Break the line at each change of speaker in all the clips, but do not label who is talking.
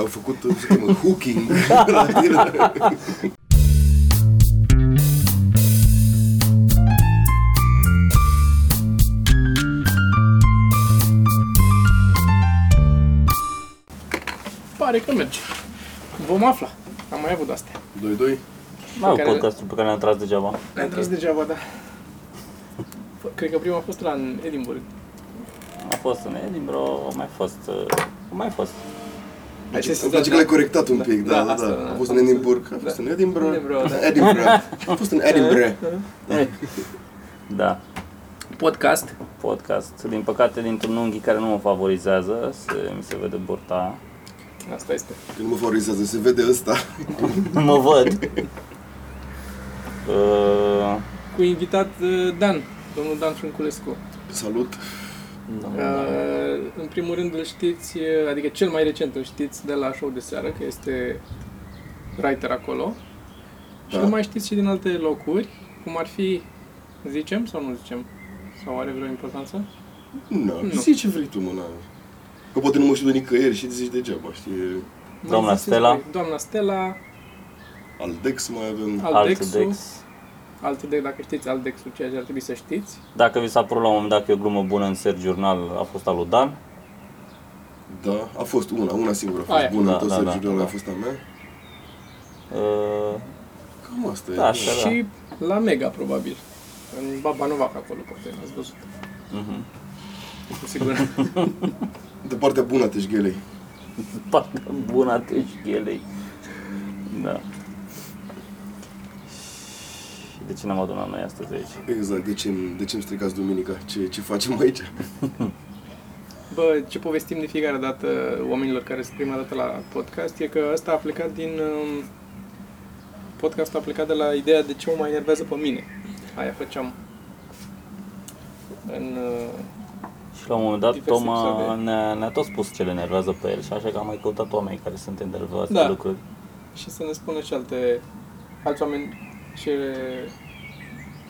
Au făcut, se cheamă, hooking
Da.
la tine.
Pare că merge. Vom afla. Am mai avut astea.
2-2.
Pe
Mai
care-
au podcastul pe care ne-am tras degeaba.
Ne-am tras degeaba, da. F- Cred că prima a fost la în Edinburgh.
A fost în Edinburgh, a mai fost... uh, a mai fost.
Ai
Deci, Îmi place că l-ai corectat un pic, da, da,
asta,
da. A fost în Edinburgh, a fost în Edinburgh,
Edinburgh, da.
Edinburgh. A fost în Edinburgh.
Da.
Podcast.
Podcast. Din păcate, dintr-un unghi care nu mă favorizează, se, mi se vede burta.
Asta este.
Când mă favorizează, se vede ăsta.
mă văd. Uh,
Cu invitat uh, Dan, domnul Dan Frânculescu.
Salut.
Da.
Da.
da.
Uh, în primul rând îl știți, uh, adică cel mai recent îl știți de la show de seară, că este writer acolo. Și
Da.
îl mai știți și din alte locuri, cum ar fi, zicem sau nu zicem? Sau are vreo importanță?
Nu,
Nu.
zici ce vrei tu, mă, na. Că poate nu mă știu de nicăieri și zici degeaba, știi?
Mai
Doamna
ziceți
Stella.
voi. Doamna Stella,
Aldex mai avem.
alt
Aldexul,
Dex.
Altedex, dacă știți Aldexul, ceea ce ar trebui să știți.
Dacă vi s-a părut la un moment dat că e o glumă bună în ser jurnal, a fost al lui Dan.
Da, a fost una, una singură a fost
Aia.
bună,
Da,
tot
da, da.
Sergiu Dolan a fost a mea.
Uh,
Cam asta
Da,
e.
așa. Da.
Păi Și la Mega, probabil. În Baba Novac acolo, poate, ați văzut.
uh-huh.
Cu siguranță.
De partea bună a teșghelei.
Partea bună a teșghelei. Da. Și De ce ne-am adunat noi astăzi aici?
Exact, de ce, de ce îmi stricați duminica? Ce, ce facem aici?
Bă, ce povestim de fiecare dată oamenilor care sunt prima dată la podcast e că ăsta a plecat din... um, Podcastul a plecat de la ideea de ce mă mai enervează pe mine. Aia făceam în... uh,
Și la un moment dat
Diverse
Toma
episoade.
ne-a, ne-a tot spus ce le enervează pe el și așa că am mai căutat oameni care sunt enervați
Da.
de lucruri.
Și să ne spună și alte... alți oameni ce...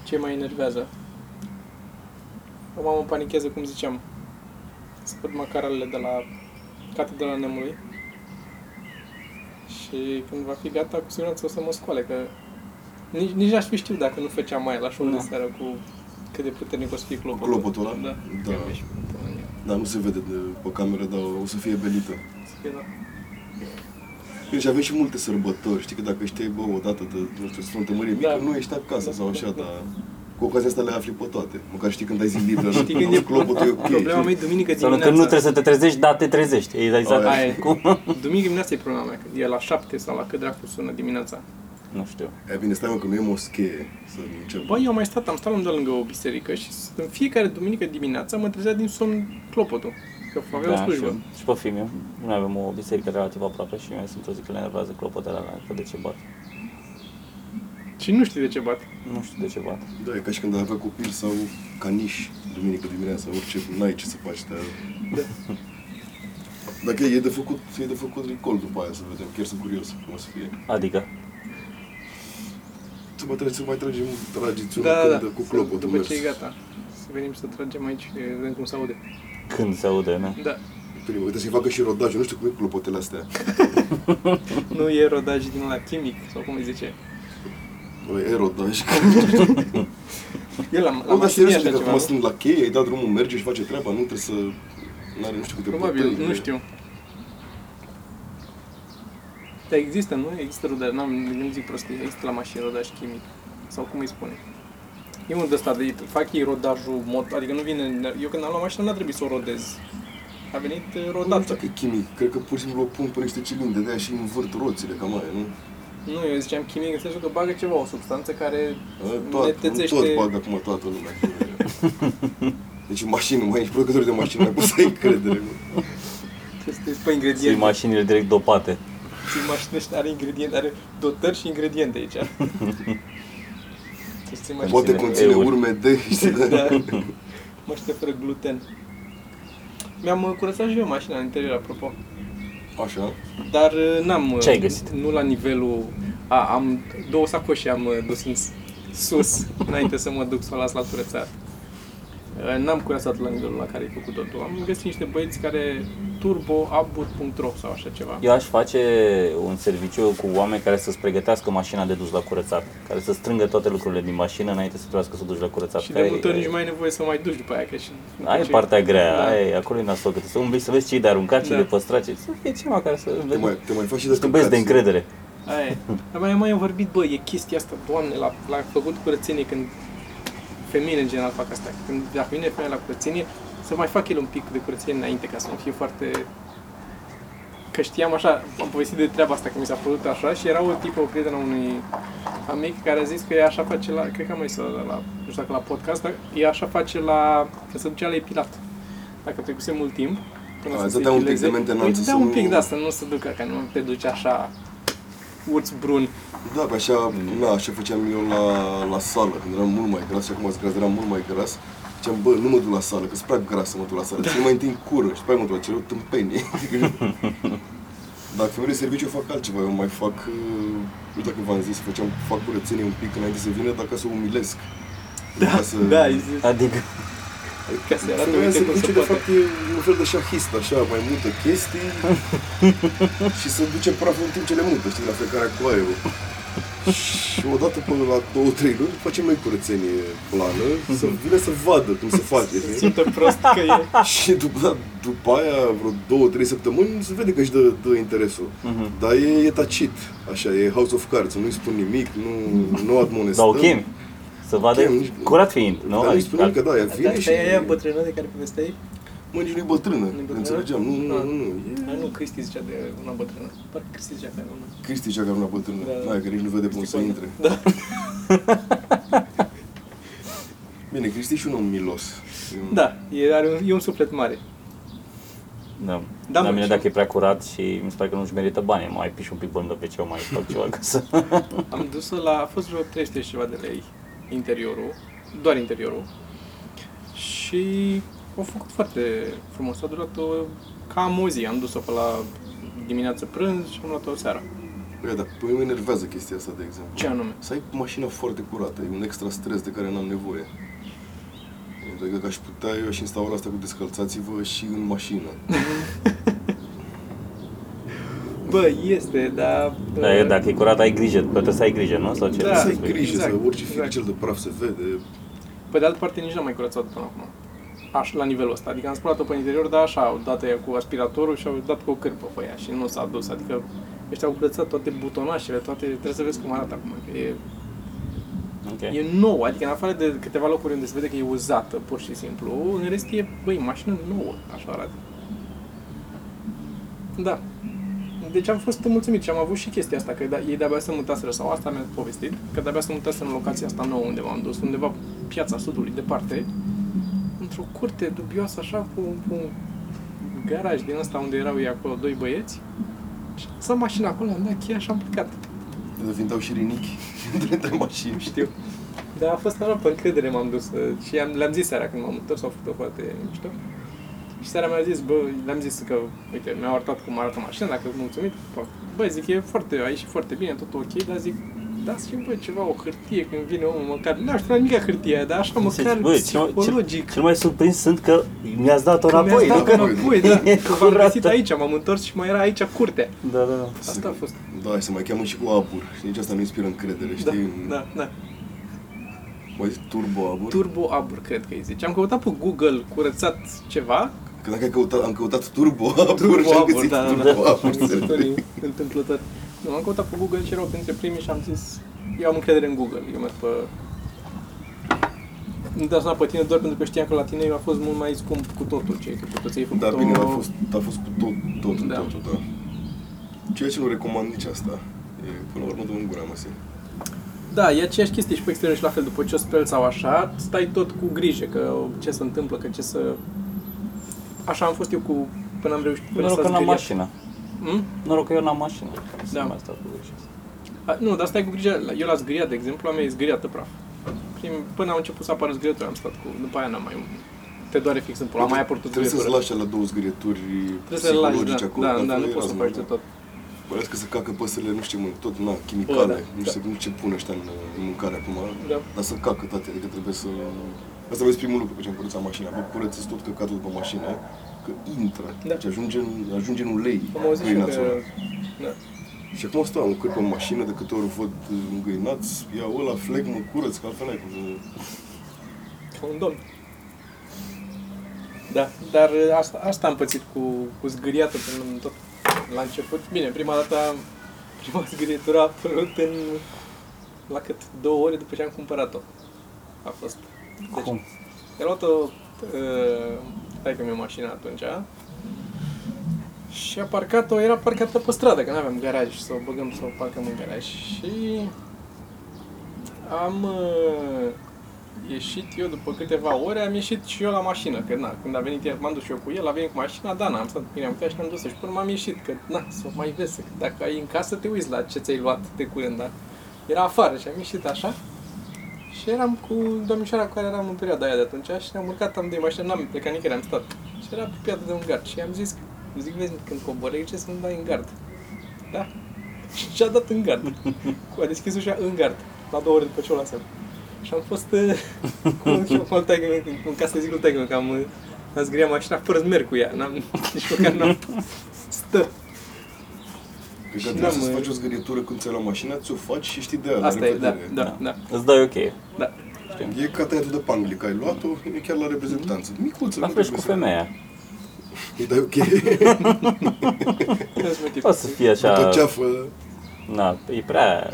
ce mai enervează. Acum mă panichează, cum ziceam. Să văd macaralele de la Catedra Nemului. Și când va fi gata, cu siguranță o să mă scoale, că nici, nici n-aș fi știut dacă nu făceam mai la show de
Da.
seară cu cât de puternic o să fie clopotul.
Clopotul ăla?
Da.
Da.
Eu mi-aș pune în ea.
Dar nu se vede de, pe cameră, dar o să fie belită.
Să fie, da.
Bine, Și avem și multe sărbători, știi că dacă știi, bă, o dată de, nu știu, Sfântă Mărie Mică,
Da.
nu ești acasă
Da,
sau așa,
da,
dar cu ocazia asta le afli pe toate. Măcar știi când ai zi liberă,
Știi când e-
clopotul, e ok.
Problema mea e
știi?
duminică
Sau nu,
dimineața.
că nu trebuie să te trezești, dar te trezești. E exact
Aia
e.
cum?
Duminică dimineața e problema mea, că e la 7 sau la cât dracu sună dimineața.
nu știu.
E bine, stai mă, că nu e moschee să începem.
Bă, eu am mai stat, am stat lângă, lângă o biserică și în fiecare duminică dimineața mă trezea din somn clopotul. Că aveam da, slujbă.
și, și pe filmiu. Noi avem o biserică relativ aproape și mi sunt o zi că le enervează clopotele alea, că de ce bat.
Și nu știi de ce bat.
Nu știu de ce bat.
Da, e ca și când ai avea copil sau caniș duminică dimineața, orice, n-ai ce să faci, dar...
Da.
Dacă e de făcut, e de făcut recall după aia să vedem, chiar sunt curios cum o să fie.
Adică,
Să mai trage, să mai tragem, trageți unul
da, da, da.
când, cu clopotul
După
mers.
ce e gata. Să venim să tragem aici, e, vedem cum se aude.
când se aude, ne?
Da.
Prima, uite să-i facă și rodajul, nu știu cum e clopotele astea.
Nu e rodaj din la chimic, sau cum îi zice.
Bă, e rodaj.
Eu la, la
Nu, dar
mașină
serios,
așa
adică
ceva,
acum
nu?
sunt la cheie, ai dat drumul, merge și face treaba, nu trebuie să... N-are nu știu câte
Probabil,
bătăi,
nu știu. Dar există, nu? Există rodaj, n-am, nu zic prostii, există la mașină rodaj chimic. Sau cum îi spune? E unul de ăsta de fac ei rodajul mod, adică nu vine, eu când am luat mașina n-a trebuit să o rodez. A venit eh,
Nu știu
rodată.
dacă e chimic, cred Da, că pur și simplu o pun pe niște cilindre de aia și învârt roțile, cam aia, nu?
Nu, eu ziceam chimic în sensul că bagă ceva, o substanță care
A, Toată, nu
netețește-
tot bag acum toată lumea. Deci în mașină, mai ești producător de mașină, acum să ai încredere. mă.
este pe
Ții
ingrediente.
mașinile direct dopate.
Și mașină și are ingrediente, are dotări și ingrediente aici. Deci Chestii mașină.
Poate
Ține
conține
euri.
urme de... știi, da?
da. Măște fără gluten. Mi-am uh, curățat și eu mașina în interior, apropo.
Așa.
Dar uh, n-am... uh,
Ce ai găsit?
Nu la nivelul... A, am două sacoșe am uh, dus în s- sus, înainte să mă duc să o las la curățat. Uh, N-am curățat la nivelul la care ai făcut totul. Am găsit niște băieți care turboabur.ro sau așa ceva.
Eu aș face un serviciu cu oameni care să-ți pregătească mașina de dus la curățat, care să strângă toate lucrurile din mașină înainte să trebuiască să o duci la curățat.
Și
că
de
ai-
multe ori nici mai ai nevoie să mai duci după aia, că și...
Ai
și-
partea grea,
Da.
ai, acolo e nasol, că să umbli să vezi ce e de aruncat, ce e
Da.
de păstrat, ce să fie cineva care să
Te mai, te mai faci și de
vezi de încredere.
Aia e. Dar mai, mai am vorbit, bă, e chestia asta, doamne, la, la făcut curățenie când femeile în general fac asta. Când dacă vine femeia la curățenie, să mai fac el un pic de curățenie înainte ca să nu fie foarte... Că știam așa, am povestit de treaba asta, că mi s-a părut așa și era o tipă, o prietenă a unui amic care a zis că ea așa face la, cred că am mai zis la, la, nu știu dacă la podcast, dar ea așa face la, că se ducea la epilat. Dacă trecuse mult timp, până
A,
să
îți
se
dădea un pic
epileze,
de mentenanță,
îi dădea
să
un
nu-
pic de asta, nu se ducă, că nu te duci așa urț brun.
Da, pe așa, na, așa făceam eu la, la sală, când eram mult mai gras și acum sunt gras, eram mult mai gras. Ziceam, bă, nu mă duc la sală, că sunt prea gras să mă duc la sală, țin mai întâi în cură și după aia mă duc la celor tâmpenie. Dacă merg de serviciu, eu fac altceva, eu mai fac, uh, nu știu dacă v-am zis, făceam, fac curățenie un pic înainte să vină, dar ca să o umilesc. Ca să...
Da, îi zici.
Adică,
Ca să arată,
Femeia
uite
se
cum se
duce, de
poate.
fapt, e un fel de șahist, așa, mai multe chestii și se duce praful în timp ce le mută, știi, la fiecare acoariu. Și odată până la 2-3 luni facem noi curățenie plană, să
Mhm.
vină să vadă cum se face.
Se
știi?
simte prost că e.
Și după, da, după aia, vreo 2-3 săptămâni, se vede că își dă, dă interesul.
Mhm.
Dar e, e tacit, așa, e House of Cards, nu-i spun nimic, nu,
Da,
nu admonestăm.
dar da, o chem, să vadă
Chem, nici-
curat fiind, nu?
Dar nu-i spun nimic, că da, ea
Dar
vine și...
asta e aia bătrână de care povesteai?
Mă, nici nu-i bătrână,
Nu-i bătrână?
înțelegeam, nu, nu,
Ah.
nu, nu, e...
Dar nu, Cristi zicea de una bătrână. Parcă Cristi zicea de una.
Cristi cea care nu a bătrână,
Da, da.
da, că nici nu vede cum să
Cristi
intre.
Da.
Bine, Cristi e și un om milos. E un-
Da, e, are un, e un suflet mare.
Da.
Da,
Da,
mă,
la mine
și-
dacă e prea curat și mi se pare că nu-și merită bani, mai piș un pic bani de pe ce mai fac ceva ca să...
Da. Am dus-o la... A fost vreo 300 și ceva de lei interiorul. Doar interiorul. Și au făcut foarte frumos. A durat o, cam o zi. Am dus-o pe la dimineață prânz și am luat-o seara.
Bă, dar pe mine mă enervează chestia asta, de exemplu.
Ce anume?
Să ai mașina foarte curată, e un extra stres de care n-am nevoie. Adică dacă aș putea, eu aș instaura asta cu descălțați-vă și în mașină.
Bă, este, dar...
Da, e, dacă e curat, ai grijă, bă, trebuie să ai grijă, nu? Sau ce?
Da.
Da, să ai
exact,
grijă, exact, să orice
exact.
exact. cel de praf se vede.
Pe de altă parte, nici n-am mai curățat până acum. Aș, la nivelul ăsta. Adică am spălat-o pe interior, dar așa, au dat ea cu aspiratorul și au dat cu o cârpă pe ea și nu s-a dus. Adică ăștia au curățat toate butonașele, toate, trebuie să vezi cum arată acum. Că e,
Okay.
e nou, adică în afară de câteva locuri unde se vede că e uzată, pur și simplu, în rest e, băi, mașină nouă, așa arată. Da. Deci am fost mulțumit și am avut și chestia asta, că da, ei de-abia se mutaseră, sau asta mi-a povestit, că de-abia se mutaseră în locația asta nouă unde m-am dus, undeva piața sudului, departe, într-o curte dubioasă așa, cu, cu un garaj din asta unde erau ei acolo doi băieți, și am lăsat mașina acolo, am dat cheia și am plecat.
De vin dau și rinichi între mașini.
Știu. Dar Da, a fost așa, pe încredere m-am dus uh, și am, le-am zis seara când m-am întors, au făcut-o foarte mișto. Și seara mi-a zis, bă, le-am zis că, uite, mi-au arătat cum arată mașina, dacă sunt mulțumit, fac. Bă, zic, e foarte, a ieșit foarte bine, tot ok, dar zic, dați și bă, ceva, o hârtie când vine omul, măcar, n-aș vrea nimic hârtia aia, dar așa, măcar psihologic.
cel mai surprins sunt că mi-ați dat-o
Că mi-ați
înapoi, nu?
dat
Că...
înapoi,
e
da, că v-am
curată.
găsit aici, m-am întors și mai era aici curtea.
Da, da, da.
Asta a fost.
Da, se mai cheamă și cu abur. Și nici asta nu inspiră încredere,
Da,
știi?
da, da.
Mai zis turbo abur.
Turbo Abur, cred că îi zice. Am căutat pe Google curățat ceva
Că dacă ai căutat, am căutat turbo abur și am găsit
da, da,
turbo
da.
abur. serios.
Întâmplător. Nu, am căutat pe Google și erau printre primii și am zis, eu am încredere în Google, eu merg pe... Nu te-a sunat pe tine doar pentru că știam că la tine a fost mult mai scump cu totul ce ai făcut. Ți-ai făcut
Da,
o...
bine, a fost, a fost cu tot, tot,
Da.
da. totul, da. Ceea ce nu recomand nici asta. E, până la urmă, dă în gura măsii.
Da, e aceeași chestie și pe exterior și la fel. După ce o speli sau așa, stai tot cu grijă că ce se întâmplă, că ce să... Așa am fost eu cu... până am reușit... Până
Păi Noroc
s-a
că n-am
zgâriat.
mașină.
Hmm?
Noroc că eu n-am mașină.
Da.
Da. Mai stau cu grijă.
A, nu, dar stai cu grijă. La- Eu la zgâria, de exemplu, am mea e zgâriată praf. Prim, până au început să apară zgârieturi, am stat cu... După aia n-am mai... Te doare fix în pula, am mai apărut o
Trebuie să-ți
zgârietură.
lași la două zgârieturi
Trebuie să-l lași, da,
acolo.
da,
că
da, nu
altfel
poți să
e
faci de
razna,
tot.
da. Mai ales că se cacă păsările, nu știu, mă, tot, na, chimicale.
Bă, da,
nu, știu, nu știu ce pun ăștia în, în mâncare acum.
Da.
Dar să cacă toate, adică trebuie să... Asta a fost primul lucru când am curățat mașina. Bă, curățesc tot căcatul pe mașină, că intră
Da.
și ajunge în, ajunge în ulei.
Am auzit și eu
găinațul ăla.
că... Da.
Și acum stau, am cârpă în mașină, de câte ori văd îngâinați, iau ăla, fleg, mă curăț, că altfel n-ai cum să...
Ca un domn. Da, dar asta, asta am pățit cu, cu zgâriatul până în tot. La început, bine, prima dată, am- prima zgârietură a apărut în, la cât, două ore după ce am cumpărat-o. A fost. Deci,
Cum?
Mi-a luat-o uh, hai că mi-o mașina atunci și a parcat-o, era parcată pe stradă, că nu aveam garaj, să o băgăm să o parcăm în garaj. Și am uh, ieșit eu după câteva ore, am ieșit și eu la mașină, că na, când a venit el, m-am dus și eu cu el, a venit cu mașina, da, na, am stat bine, am putea și ne-am dus și până m-am ieșit, că na, să mai vezi, că dacă ai în casă te uiți la ce ți-ai luat de curând, da. Era afară și am ieșit așa. Și eram cu domnișoara cu care eram în perioada aia de atunci și ne-am urcat, am de mașină, n-am plecat nicăieri, am stat. Și era pe piață de un gard și am zis, că- zic, vezi, când coboră ce să-mi dai în gard. Da? Și a dat în gard. Cu- A deschis ușa în gard, la două ore după ce o lasem. Și am fost eh, cu un tagă, în casă să zic lui tagă, că am, eh, am zgriat mașina fără să merg cu ea, n-am, nici măcar n-am, stă.
Cred
Și
că trebuie
n-am,
să-ți
mă-
faci o zgârietură când ți-ai la mașina, ți-o faci și știi de aia, la
Asta e, da,
revedere.
da, da,
Îți dai ok.
da.
E ca tăiatul de panglic, ai luat-o, e chiar la reprezentanță. Micuță,
La
nu
fel și cu
trebuie să-
femeia.
Îi dai ok,
O să fie
da.
așa...
ceafă.
Na, e prea...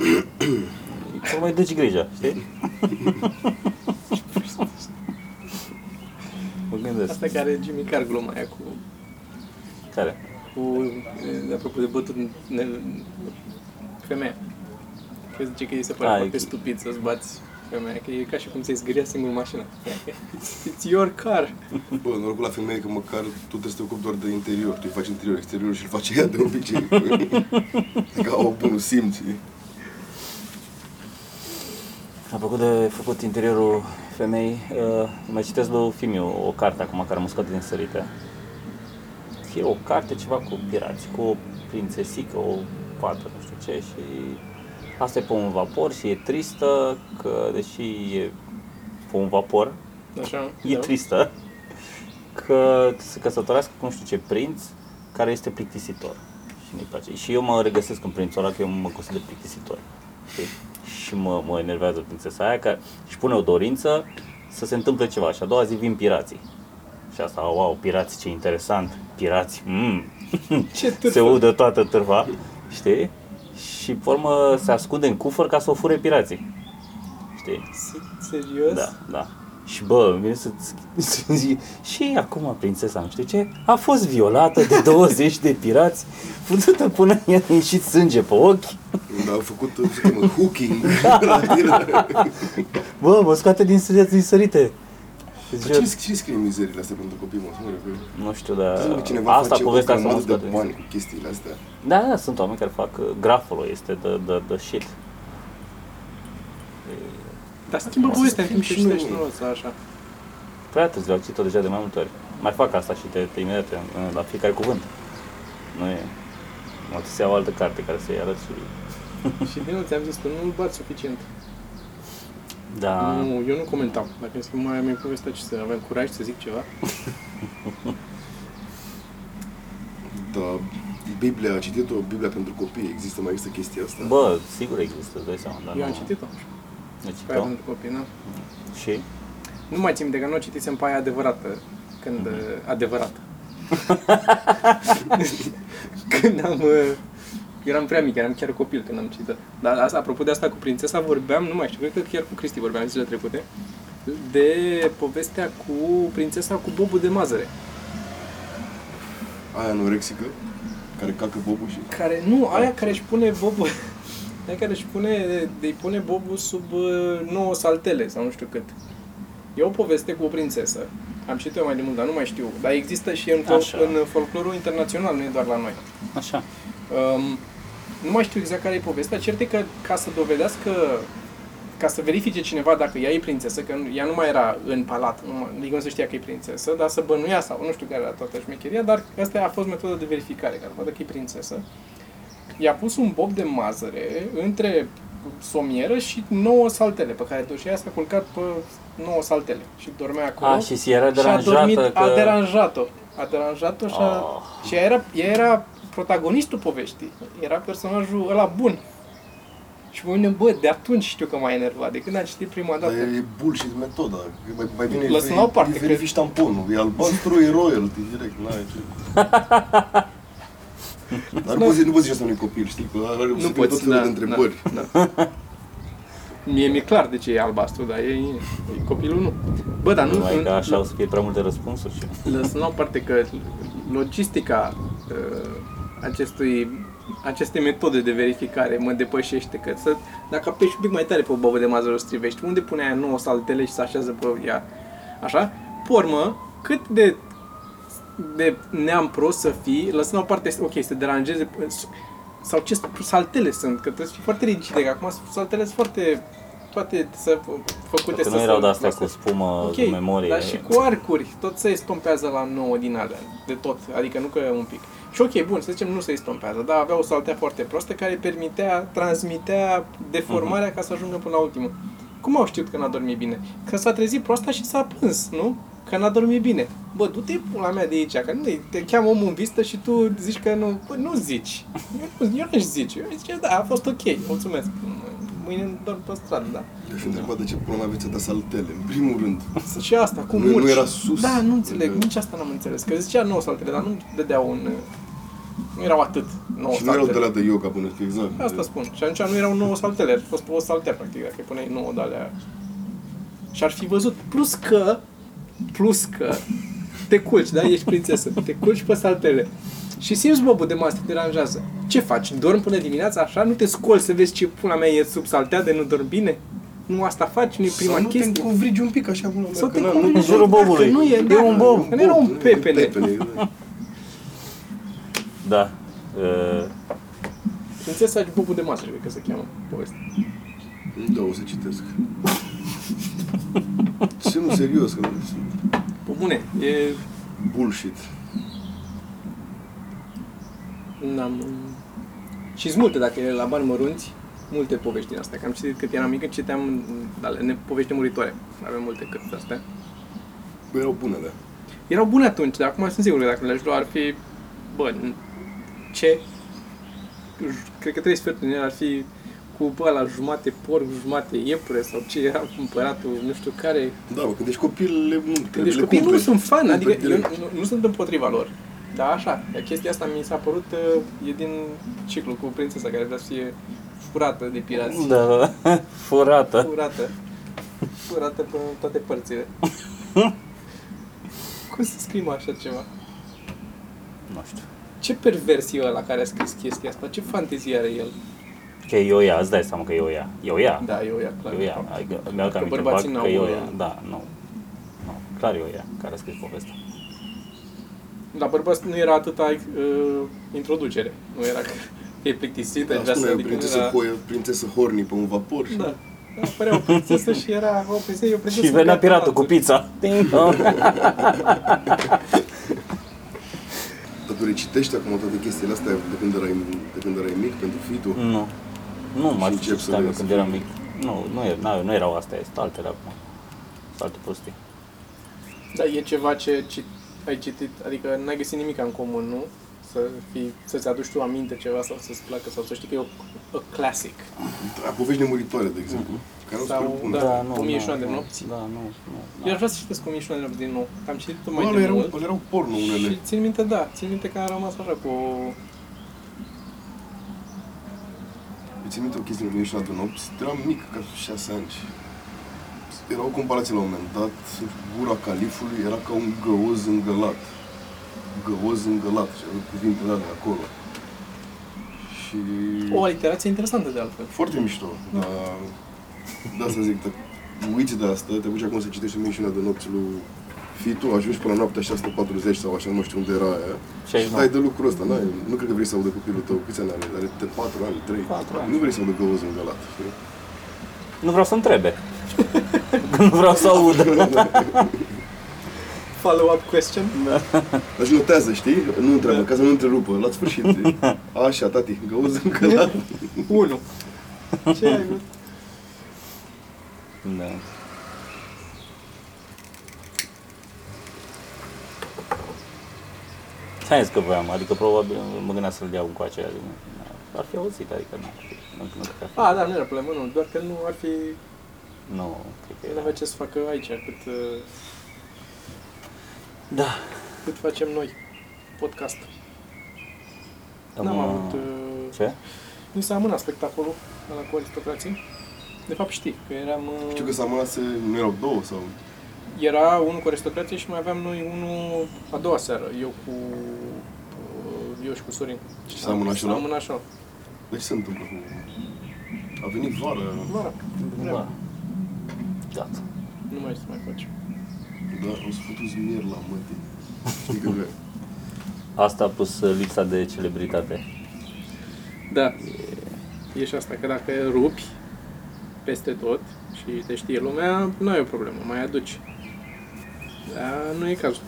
Nu mai duci grijă, știi? mă gândesc.
Asta care Jimmy Carr gluma aia cu
Care?
cu, e, apropo de bătut ne, femeia. Că zice că ei se pare
Ah,
foarte
e-
stupid să-ți bați femeia, că e ca și cum ți-ai zgâria singur mașina. It's your car.
Bă, norocul la femeie că măcar tu trebuie să te ocupi doar de interior. Tu îi faci interior, exterior și îl face ea de obicei. Ca o bună simț. știi?
Am făcut de făcut interiorul femei. Uh, mai citesc lui Fimiu o carte acum care m-a scos din sărite. E o carte ceva cu pirați, cu o prințesică, o fată, nu știu ce, și asta e pe un vapor și e tristă că, deși e pe un vapor,
Așa,
e
da.
tristă că se căsătorească cu nu știu ce prinț care este plictisitor. Și nu-i place. Și eu mă regăsesc în prințul ăla că eu mă consider plictisitor. Știi? Și mă, mă enervează prințesa aia că își pune o dorință să se întâmple ceva și a doua zi vin pirații. Și asta, wow, pirații, ce interesant, pirați, mm.
Ce târfă.
se udă toată târva, știi? Și, pe urmă, se ascunde în cufăr ca să o fure pirații, știi?
Se- Serios?
Da, da. Și bă, vine să zic, și acum prințesa, nu știu ce, a fost violată de 20 de pirați, putută până i-a ieșit sânge pe ochi,
Dar au făcut, cum se cheamă, hooking.
Da.
Dar
bă, mă scoate din sânge din sărite. Deci, eu-
cine, cine scrie mizerile astea pentru copii, mă? Să mă rog, eu-
nu știu,
Zi-mi că
dar
cineva
Da. asta
face
povestea
o
asta mă
grămadă
scoate
de
din
bani
sărite.
cu chestiile astea.
Da, da, sunt oameni care fac, uh, grafolo este de, de, de shit.
Dar schimbă
Acum
povestea
să
în timp ce
fim și noi.
citești, nu o să așa.
Prea târziu, am păi citit-o deja de mai multe ori. Mai fac asta și te, te imediat te- la fiecare cuvânt. Nu e... Mă trebuie să iau altă carte care să-i arăt și...
Și din nou ți-am zis că nu-l bat suficient.
Da.
Nu, eu nu comentam. Dacă îmi schimba mai mi povestea ce să aveam curaj să zic ceva.
Da, Biblia, a citit-o, Biblia pentru copii, există, mai există chestia asta.
Bă, sigur există, îți dai seama, dar
Eu am
Da, nu... Da.
citit-o.
Nu
Pe aia
citit
pentru copii, nu?
Și?
Nu mai țin minte că nu o citisem pe aia adevărată. Când... Mm-hmm. Adevărată. când am... uh, Eram prea mic, eram chiar copil când am citit. Dar asta, apropo de asta cu prințesa vorbeam, nu mai știu, cred că chiar cu Cristi vorbeam zilele trecute, de povestea cu prințesa cu bobul de mazăre.
Aia anorexică, care cacă bobul și...
Care, nu, aia care își pune bobul... Aia care își pune, îi pune bobul sub uh, 9 saltele sau nu știu cât. E o poveste cu o prințesă. Am citit eu mai de mult, dar nu mai știu. Dar există și în,
Așa.
fol- în folclorul internațional, nu e doar la noi.
Așa.
Um, nu mai știu exact care e povestea. Cert e că ca să dovedească, ca să verifice cineva dacă ea e prințesă, că nu- ea nu mai era în palat, nu, mai- adică nu se știa că e prințesă, dar să bănuia sau nu știu care era toată șmecheria, dar asta a fost metoda de verificare, ca să vadă că e prințesă. I-a pus un bob de mazăre între somnieră și 9 saltele pe care doșea s-a culcat pe 9 saltele și dormea acolo.
A, și era
și a dormit,
deranjată că...
a deranjat-o. A deranjat-o și, a,
Oh.
și ea era, ea era protagonistul poveștii. Era personajul ăla bun. Și mă gândeam, bă, de atunci știu că m-a enervat, de când am citit prima
Dar
dată.
e e bullshit metoda. că Mai, mai bine
Da, Lăsăm
îi-
la o parte,
îi
cred.
verifici tamponul. E albastru, e royalty direct. n ce... Dar nu poți, nu poți zice asta unui copil, știi? Că are nu
poți,
tot felul
da,
de întrebări.
Da. Mie mi-e clar de ce e albastru, dar e, e copilul nu. Bă, dar nu...
Numai că
nu-
Oh așa o să fie prea multe răspunsuri și...
Lăsând la o parte că logistica uh, acestui, aceste metode de verificare mă depășește. Că să, dacă apeși un pic mai tare pe o bobă de mazăre o strivești, unde pune aia 9 saltele și se așează pe ea, așa? Pe urmă, cât de, de neam prost să fii, lăsând la o parte, ok, să deranjeze, sau ce saltele sunt, că trebuie să fii foarte rigide, că acum saltele sunt foarte toate să făcute
Că
să
nu erau
se-
de astea
să-
cu spumă, cu memorie.
dar și cu arcuri, tot se estompează la 9 din alea, de tot, adică nu că un pic. Și ok, bun, să zicem nu se estompează, dar avea o saltea foarte prostă care permitea, transmitea deformarea ca să ajungă până la ultimul. Cum au știut că n-a dormit bine? Că s-a trezit proasta și s-a plâns, nu? Că n-a dormit bine. Bă, du-te pula mea de aici, că nu te cheamă omul în vizită și tu zici că nu... Bă, nu zici. Eu, nu- eu nu zici. Eu zic, da, a fost ok, mulțumesc. Mâine dorm pe stradă, da?
Eu Deci sunt întrebat de ce până la aveți atâtea saltele, în primul rând. Să
Și asta, cum
Nu- nu
urci.
era sus.
Da, nu înțeleg,
Era-
nici asta n-am înțeles. Că zicea 9 saltele, dar nu dădeau un... Nu erau atât 9
Și nu erau de
saltele.
la de yoga până că exact.
Asta spun. Și atunci nu erau 9 saltele, ar fi fost pe o saltea, practic, dacă îi puneai 9 de alea. Și ar fi văzut. Plus că, plus că, te culci, da? Ești prințesă. Te culci pe saltele. Și simți bobul de masă, te deranjează. Ce faci? Dormi până dimineața așa? Nu te scoli să vezi ce pula mea e sub saltea de nu dormi bine? Nu asta faci, nu e prima
Sau nu te
chestie.
încovrigi un pic așa, până
Sau
că
te
na,
cunoști,
nu-
în jurul
dacă
bobului.
Nu e,
E
da,
un bob.
Că nu era un
nu-
pepene.
pepene da.
Da. Uh,
Prințesa și bobul adică de masă, cred că se cheamă povestea.
Da, o să citesc. Ce nu serios, că nu
Pe Păi bune, e...
bullshit.
N-am... și sunt multe, dacă e la bani mărunți, multe povești din astea. Că am citit cât eram mică, citeam ale, ne, povești nemuritoare. Avem multe cât de astea.
Bă, erau bune alea.
Erau bune atunci, dar acum sunt sigur că dacă le-aș lua ar fi... Bă, n- ce? J- Cred că trei sferturi din ele ar fi cu bă, la jumate porc, jumate iepure sau ce era cumpăratul, nu știu care,
Da, bă, când ești copil, le, nu,
Când
le
ești copii, Deci nu
cumperi.
sunt fan,
Cumperi
adică eu
direct.
nu, nu sunt împotriva lor. Da, așa, dar chestia asta mi s-a părut, uh, e din ciclu cu prințesa care vrea să fie furată de pirați.
da, da, da. Furată.
Furată. Furată pe toate părțile. Cum să scrim așa ceva?
Nu știu.
Ce pervers e ăla care a scris chestia asta? Ce fantezie are el?
Că e o ea, îți dai seama că e o ea. E o ea.
Da, eu ia, clar.
E o ea. Adică mi-aduc
Că
aminte
bărbații
vag
n-au
că e o
voie.
ea. Da, nu. Nu, clar e o ea care a scris povestea.
La bărbați nu era atâta uh, introducere. Nu era că e plictisită,
Da,
vrea să
spune,
adică nu
prințesă,
era-
Hoia, prințesă Horny pe un vapor. și-
Da. Apărea o prințesă și era o prințesă, o prințesă
Și venea
cu
piratul cu
palatul.
pizza. Ding dong.
Dar tu recitești acum toate chestiile astea de când erai, de când erai mic pentru fitul?
Mm.
Nu. Nu m-aș
Și încep să
citea
le
eu când
scrii.
eram mic. Nu, nu, e- n-au- nu erau astea, sunt altele acum. Sunt alte prostii.
Dar Da, e ceva ce ci, ai citit, adică n-ai găsit nimic în comun, nu? Să fii, să-ți aduci tu aminte ceva sau să-ți placă sau să știi că e o, o classic.
Da, povești nemuritoare, de exemplu. Care nu
Sau-
sunt bune.
da. O mie și una de
nu.
nopți.
Da, nu, nu.
Eu aș vrea să citesc cum ești din nou. Am citit-o
Bă,
mai
alea
de
erau,
mult.
alea erau porno
Și
unele.
țin minte, da, țin minte că am rămas așa cu...
Îmi țin minte o chestie din Mieșa de nopți, eram mic, ca 6 ani și era o comparație la un moment dat, gura califului era ca un găoz îngălat. Găoz îngălat și avea cuvintele alea acolo. Și...
O aliterație interesantă de altfel.
Foarte mișto, dar... De asta zic, te uiți de asta, te duci acum să citești Mieșa de nopți lui Fitu, ajungi până la noaptea 6.40 sau așa, nu mai știu unde era aia.
Și aici
Și
nu.
dai de lucrul ăsta, n-ai, nu cred că vrei să audă copilul tău, câți ani are, are de 4 ani, 3,
Patru ani.
nu vrei să audă găuz îngălat, știi?
Nu vreau să întrebe. Că nu vreau să aud.
Follow-up question?
Da.
Dar și notează, știi? Nu întreabă, ca să nu întrerupă, la sfârșit. știi? Așa, tati, găuz încă la...
1. Ce ai avut?
Da. Ți-am zis că voiam, adică probabil mă gândeam să-l iau încoace, adică na, ar fi auzit, adică nu, nu, nu cred că ar fi.
A, da, nu era problemă, nu, doar că nu ar fi,
Nu, cred că
nu
era.
avea ce să facă aici, cât, uh,
Da.
cât facem noi, podcast.
Am,
N-am
uh,
avut, uh,
Ce?
mi s-a amânat spectacolul la cu aristocrații. De fapt știi, că eram, uh,
Știu că s-a mânat să nu erau două sau...
era unul cu aristocrație și mai aveam noi unul a doua seară, eu cu, uh, eu și cu Sorin.
Și s-a amânat și
S-a
ăla?
amânat și ăla.
Deci ce se întâmplă cu... A venit vara,
Vara.
Da. Gata.
Nu mai știu ce mai faci.
dar da, o să fătuți mieri la mătii. Știi că vrea.
Asta plus uh, lipsa de celebritate.
Da. E și asta, că dacă rupi peste tot și te știe lumea, nu e o problemă, mai aduci. Dar nu e cazul.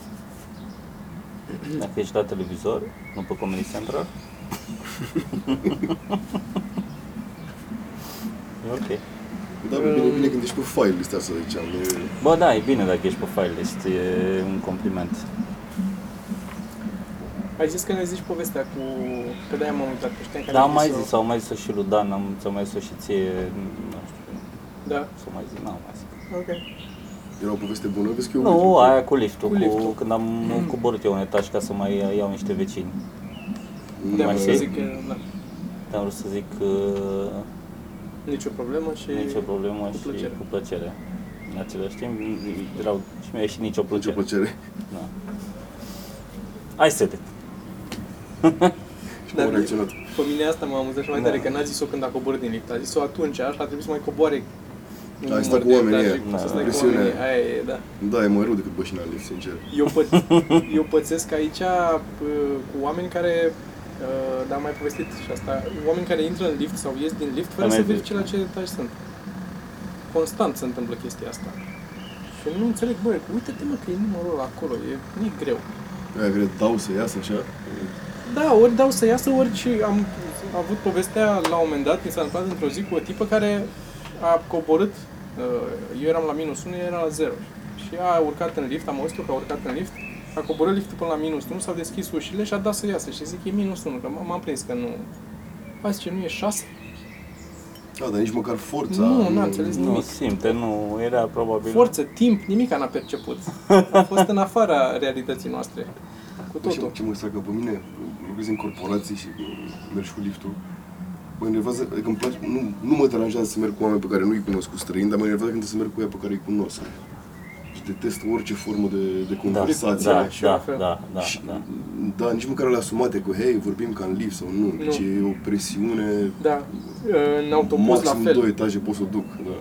Dacă ești la televizor, nu pe Comedy Central. E ok.
Da, bă, bine, bine când ești pe file lista să ziceam. e-
Bă, da, e bine dacă ești pe file list, e un compliment.
Ai zis că ne zici povestea cu... Că de-aia m-am uitat, că știam că
Da,
ne-ai
am mai
zis-o.
zis, sau mai zis-o și lui Dan, am, ți-am mai zis-o și ție, nu știu,
Da,
sau mai zis, n-am mai zis.
ok.
Era o poveste bună, vezi că eu...
Nu, aia cu liftul,
Cu
cu
liftul.
când am coborât eu un etaj ca să mai iau niște vecini.
Nu
Da,
mai
mă,
știi?
zic că da,
Dar am vrut să zic uh, că
nicio problemă și...
nu e nicio problemă
cu
și
plăcere.
cu plăcere. În același timp, erau, și mi-a ieșit nicio
Nicio
plăcere.
plăcere.
Da. Hai să te.
Și
Da,
cum a reacționat.
Pe mine asta m-a amuzat și mai tare,
Da.
că n-a zis-o când a coborât din lift, a zis-o atunci, așa a trebuit să mai coboare. un
Ai stat
număr
cu
de
oamenii
etaje,
aia.
cum Să
Da,
stai cu
presiune.
oamenii, aia e, da.
Da, e mai rău decât bășina lift, sincer.
Eu, pă- eu pățesc aici uh, cu oameni care, uh, dar am mai povestit și asta, oameni care intră în lift sau ies din lift fără
Am
să
mai
verifice la ce etaj sunt. Constant se întâmplă chestia asta. Și nu înțeleg, băi, uite-te mă că e numărul ăla acolo, e, nu e greu.
Aia cred, dau să iasă așa.
Da, ori dau să iasă, ori și am avut povestea la un moment dat, mi s-a întâmplat într-o zi cu o tipă care a coborât, uh, eu eram la minus 1, ea era la 0 și a urcat în lift, am auzit-o că a urcat în lift, a coborât liftul până la minus 1, s-au deschis ușile și a dat să iasă și zic e minus 1, că m- m-am prins că nu... A zice, nu e 6?
Da, dar nici măcar forța.
Nu, n-am înțeles
Nu
nimic.
simte, nu, era probabil...
Forță, timp, nimic n-a perceput. A fost în afara realității noastre.
Bă,
Cu
Păi și
totul.
ce mă stracă pe mine, lucrez în corporații și bă, mergi cu liftul. Mă enervează, adică îmi place, nu, nu mă deranjează să merg cu oameni pe care nu-i cunosc cu străini, dar mă enervează când trebuie să merg cu ei pe care îi cunosc. Și detest orice formă de, de
da,
conversație.
da,
și eu la
da,
fel.
da, da,
și,
da.
da. nici măcar le asumate cu hei, vorbim ca în lift sau nu,
Nu.
nu. ci e o presiune,
Da, în autobuz la
maxim două
fel.
etaje pot să o duc. Da.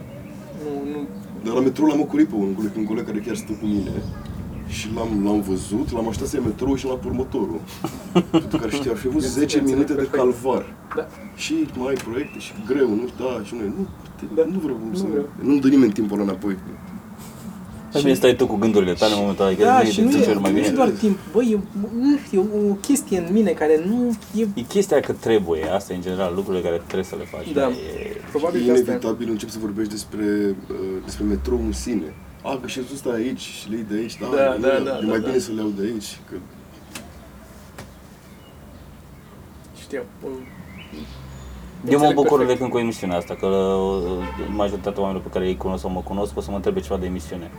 Nu, nu,
Dar la metrou l-am ocurit pe unul, un coleg care chiar stă cu mine și l-am, l-am văzut, l-am așteptat să ia metrou și la următorul. Pentru că ar ști, ar fi avut
Deci,
10
înțeleg
minute de
perfect.
calvar.
da.
Și mai ai proiecte și greu, nu? Da, și noi, nu, te,
Da,
nu vreau
nu
să...
vreau.
Nu-mi dă nimeni timpul ăla înapoi.
Și mie Păi, stai tu cu gândurile tale în momentul ăla, că
Da,
nu
și
e
nu
de
e,
cel mai
nu e
bine.
doar timp. Băi, e, e o chestie în mine care nu e...
E chestia că trebuie, asta e în general, lucrurile care trebuie să le faci.
Da.
E...
Probabil
e
că asta e.
inevitabil, încep să vorbești despre, uh, despre metrou în sine. A, că și tu stai aici și le iei de aici, da,
Da,
nu,
da,
e
da, da,
mai
da.
bine să le iau de aici, că
Știu.
Eu mă
Înțeleg
bucur de
perfect.
când cu emisiunea asta, că uh, majoritatea oamenilor pe care îi cunosc sau mă cunosc o să mă întrebe ceva de emisiune.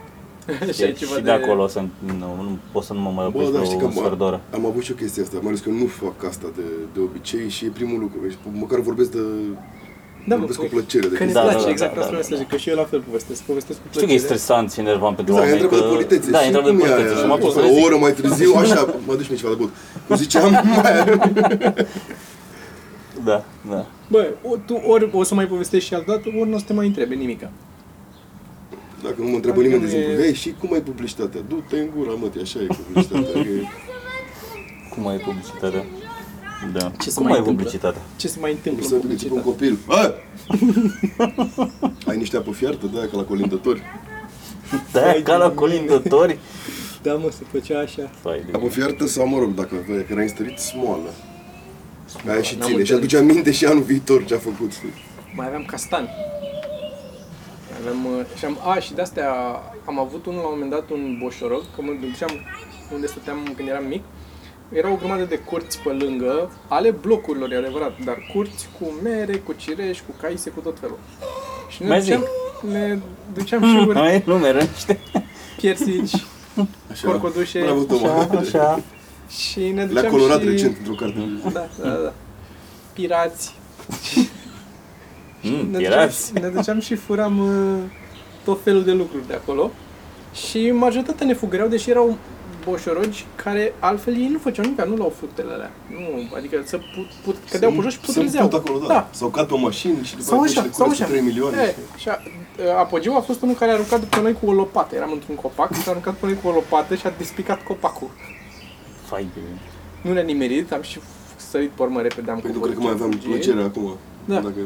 și e Deci ceva
și de
de...
acolo o să, nu, nu, pot să nu mă mai
Bă,
opresc
da,
vreo
știi
un
că
sfert de
am,
oră.
am avut și o chestie asta, mai ales că eu nu fac asta de, de obicei și e primul lucru. Și măcar vorbesc de...
Da, mă,
vorbesc cu plăcere. De
Că ne
chestia
Da,
place,
da, da,
exact
da,
asta
da,
vreau să
da.
zic, că și eu la fel povestesc, povestesc cu
Știu că e
plăcere.
stresant și enervant pentru
Da, e
oameni.
întrebat de
Că...
politețe.
Da, e
știi
întrebat de
cum e
politețe și
aia?
mă pot să
O
zic.
oră mai târziu, așa, mă duci mi ceva de băut. Cum ziceam, mai...
Da, da.
Bă, o, tu ori o să mai povestești și altă dată, ori nu o să te mai întrebe nimica.
Dacă nu mă întreabă nimeni, de
Adică nu e-
exemplu, hei, și cum ai publicitatea? Du-te în gura, mă, te, așa e publicitatea. E-
Cum e publicitatea? Da.
Ce se
Cum
mai
e
întâmplă?
publicitatea?
Ce se mai
Nu
întâmplă
se
în
duce tipul un
publicitate?
copil. Bă! Ai niște apă fiartă, da, ca la colindători.
Păi,
Da, e ca la colindători.
Da, mă, se făcea așa.
Vai de
Apă
mine.
fiartă sau, mă rog, dacă vei, că ai înstărit, smoală. Aia și
N-am
ține și
înțeles.
aduce aminte și anul viitor ce a făcut.
Mai aveam castani. Mai Aveam, uh, și am, a, și de-astea am avut unul la un moment dat un boșoroc, că mă duceam unde stăteam când eram mic, era o grămadă de curți pe lângă, ale blocurilor, e adevărat, dar curți cu mere, cu cireș, cu caise, cu tot felul. Și ne
Mai zi.
duceam, ne duceam și urât
Mai numere niște.
piersici
Așa.
Corcodușe.
Bravo,
Așa,
Toma.
așa.
și ne duceam
Le-a colorat
și...
recent într-o carte.
Da, da, da. Pirați.
Mm,
ne,
pirați.
Duceam, ne duceam și furam uh, tot felul de lucruri de acolo. Și majoritatea ne fugăreau, deși erau boșorogi care altfel ei nu făceau nimic, nu luau fructele alea. Nu, adică să put, put, cădeau pe jos și putrezeau.
Se acolo, da.
da.
Sau cad pe mașini și după
Sau
aceea
așa,
le
sau
curăță
așa.
3 milioane.
E, și a, apogeu a fost unul care a aruncat după noi cu o lopată. Eram într-un copac și a aruncat pe noi cu o lopată și a despicat copacul.
Fai de...
Nu ne-a nimerit, am și sărit pe urmă repede, am
Păi nu
coborât
cred că mai
în
aveam
fugie.
plăcere acum.
Da.
Dacă...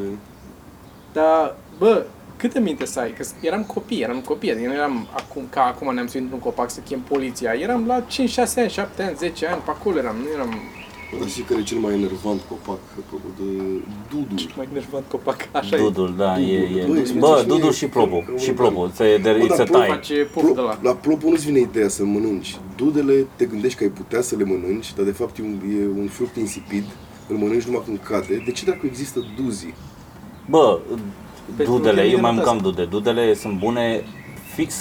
Dar, bă, câtă minte să ai? Că eram copii, eram copii, adică nu eram acum, ca acum ne-am suit într-un copac să chem poliția. Eram la 5, 6 ani, 7 ani, 10 ani, pe acolo eram, nu eram
Dar știi care e cel mai enervant copac, apropo de Dudu.
mai nervat copac, așa e.
Dudul, da,
Dudul,
e,
băi,
e.
îți
Bă,
zice
Dudul
mie
și
că-
Plobo.
că-
Și Plobo. It's a, there-
Bă,
it's
dar
a
Plobo
tie.
Face poftă de
Pro-
la.
la plopul nu-ți vine ideea să mănânci. Dudele te gândești că ai putea să le mănânci, dar de fapt e un, e un fruct insipid, îl mănânci numai când cade. De ce dacă există duzii?
Bă,
Pe
dudele,
tine
eu mai
te
mâncam dude. Dudele sunt bune fix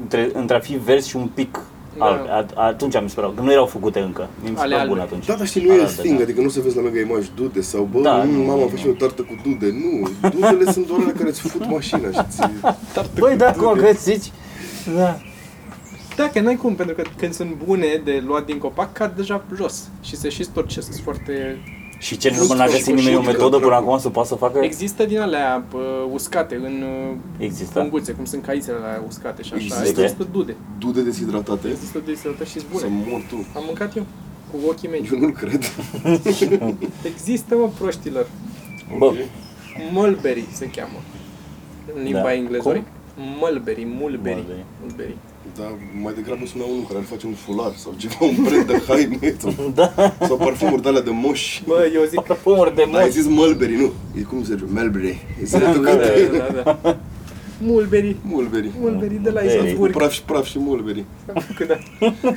între, între a fi verzi și un pic
Da.
albe. A, atunci mi se păreau, că nu erau făcute încă. Mi se păreau
albe.
bune atunci.
Da, dar știi, nu
Ale
e
albe,
sting,
da.
adică nu se vezi la mega imagi dude sau bă,
Da,
da,
nu,
mama,
nu,
faci
nu.
o tartă cu dude. Nu, dudele sunt doar alea care îți fut mașina și ți...
Băi, da, acum că zici. Da.
Da, că n-ai cum, pentru că când sunt bune de luat din copac, cad deja jos și se și storcesc, foarte...
Și ce nu
Fructul
n-a
și
găsit nimeni o
coșul,
metodă
dracu.
până acum să poată să facă?
Există din alea bă, uscate în uh,
Există.
punguțe, cum sunt caisele alea uscate și așa.
Există.
Există dude.
Dude deshidratate?
Există de sănătate și
Să
bune.
mor tu.
Am mâncat eu cu ochii mei.
Eu nu-l cred.
Există, mă, proștilor.
Bă,
Mulberry se cheamă. În limba
Da.
engleză.
Cum?
Mulberry, mulberry.
Mulberry.
mulberry.
Dar mai degrabă sună unul care ar face un fular sau ceva, un brand de haine sau,
da,
sau parfumuri de alea de moși.
Bă, eu zic...
parfumuri de
Ai
moș.
zis Mulberry, nu? E cum se zice? Mulberry. E
da,
sinatul
da,
câte?
da, da, da. Mulberry.
Mulberry.
Mulberry de la
Mulberry.
Cu
Istanbul.
praf și praf și mulberry.
Da.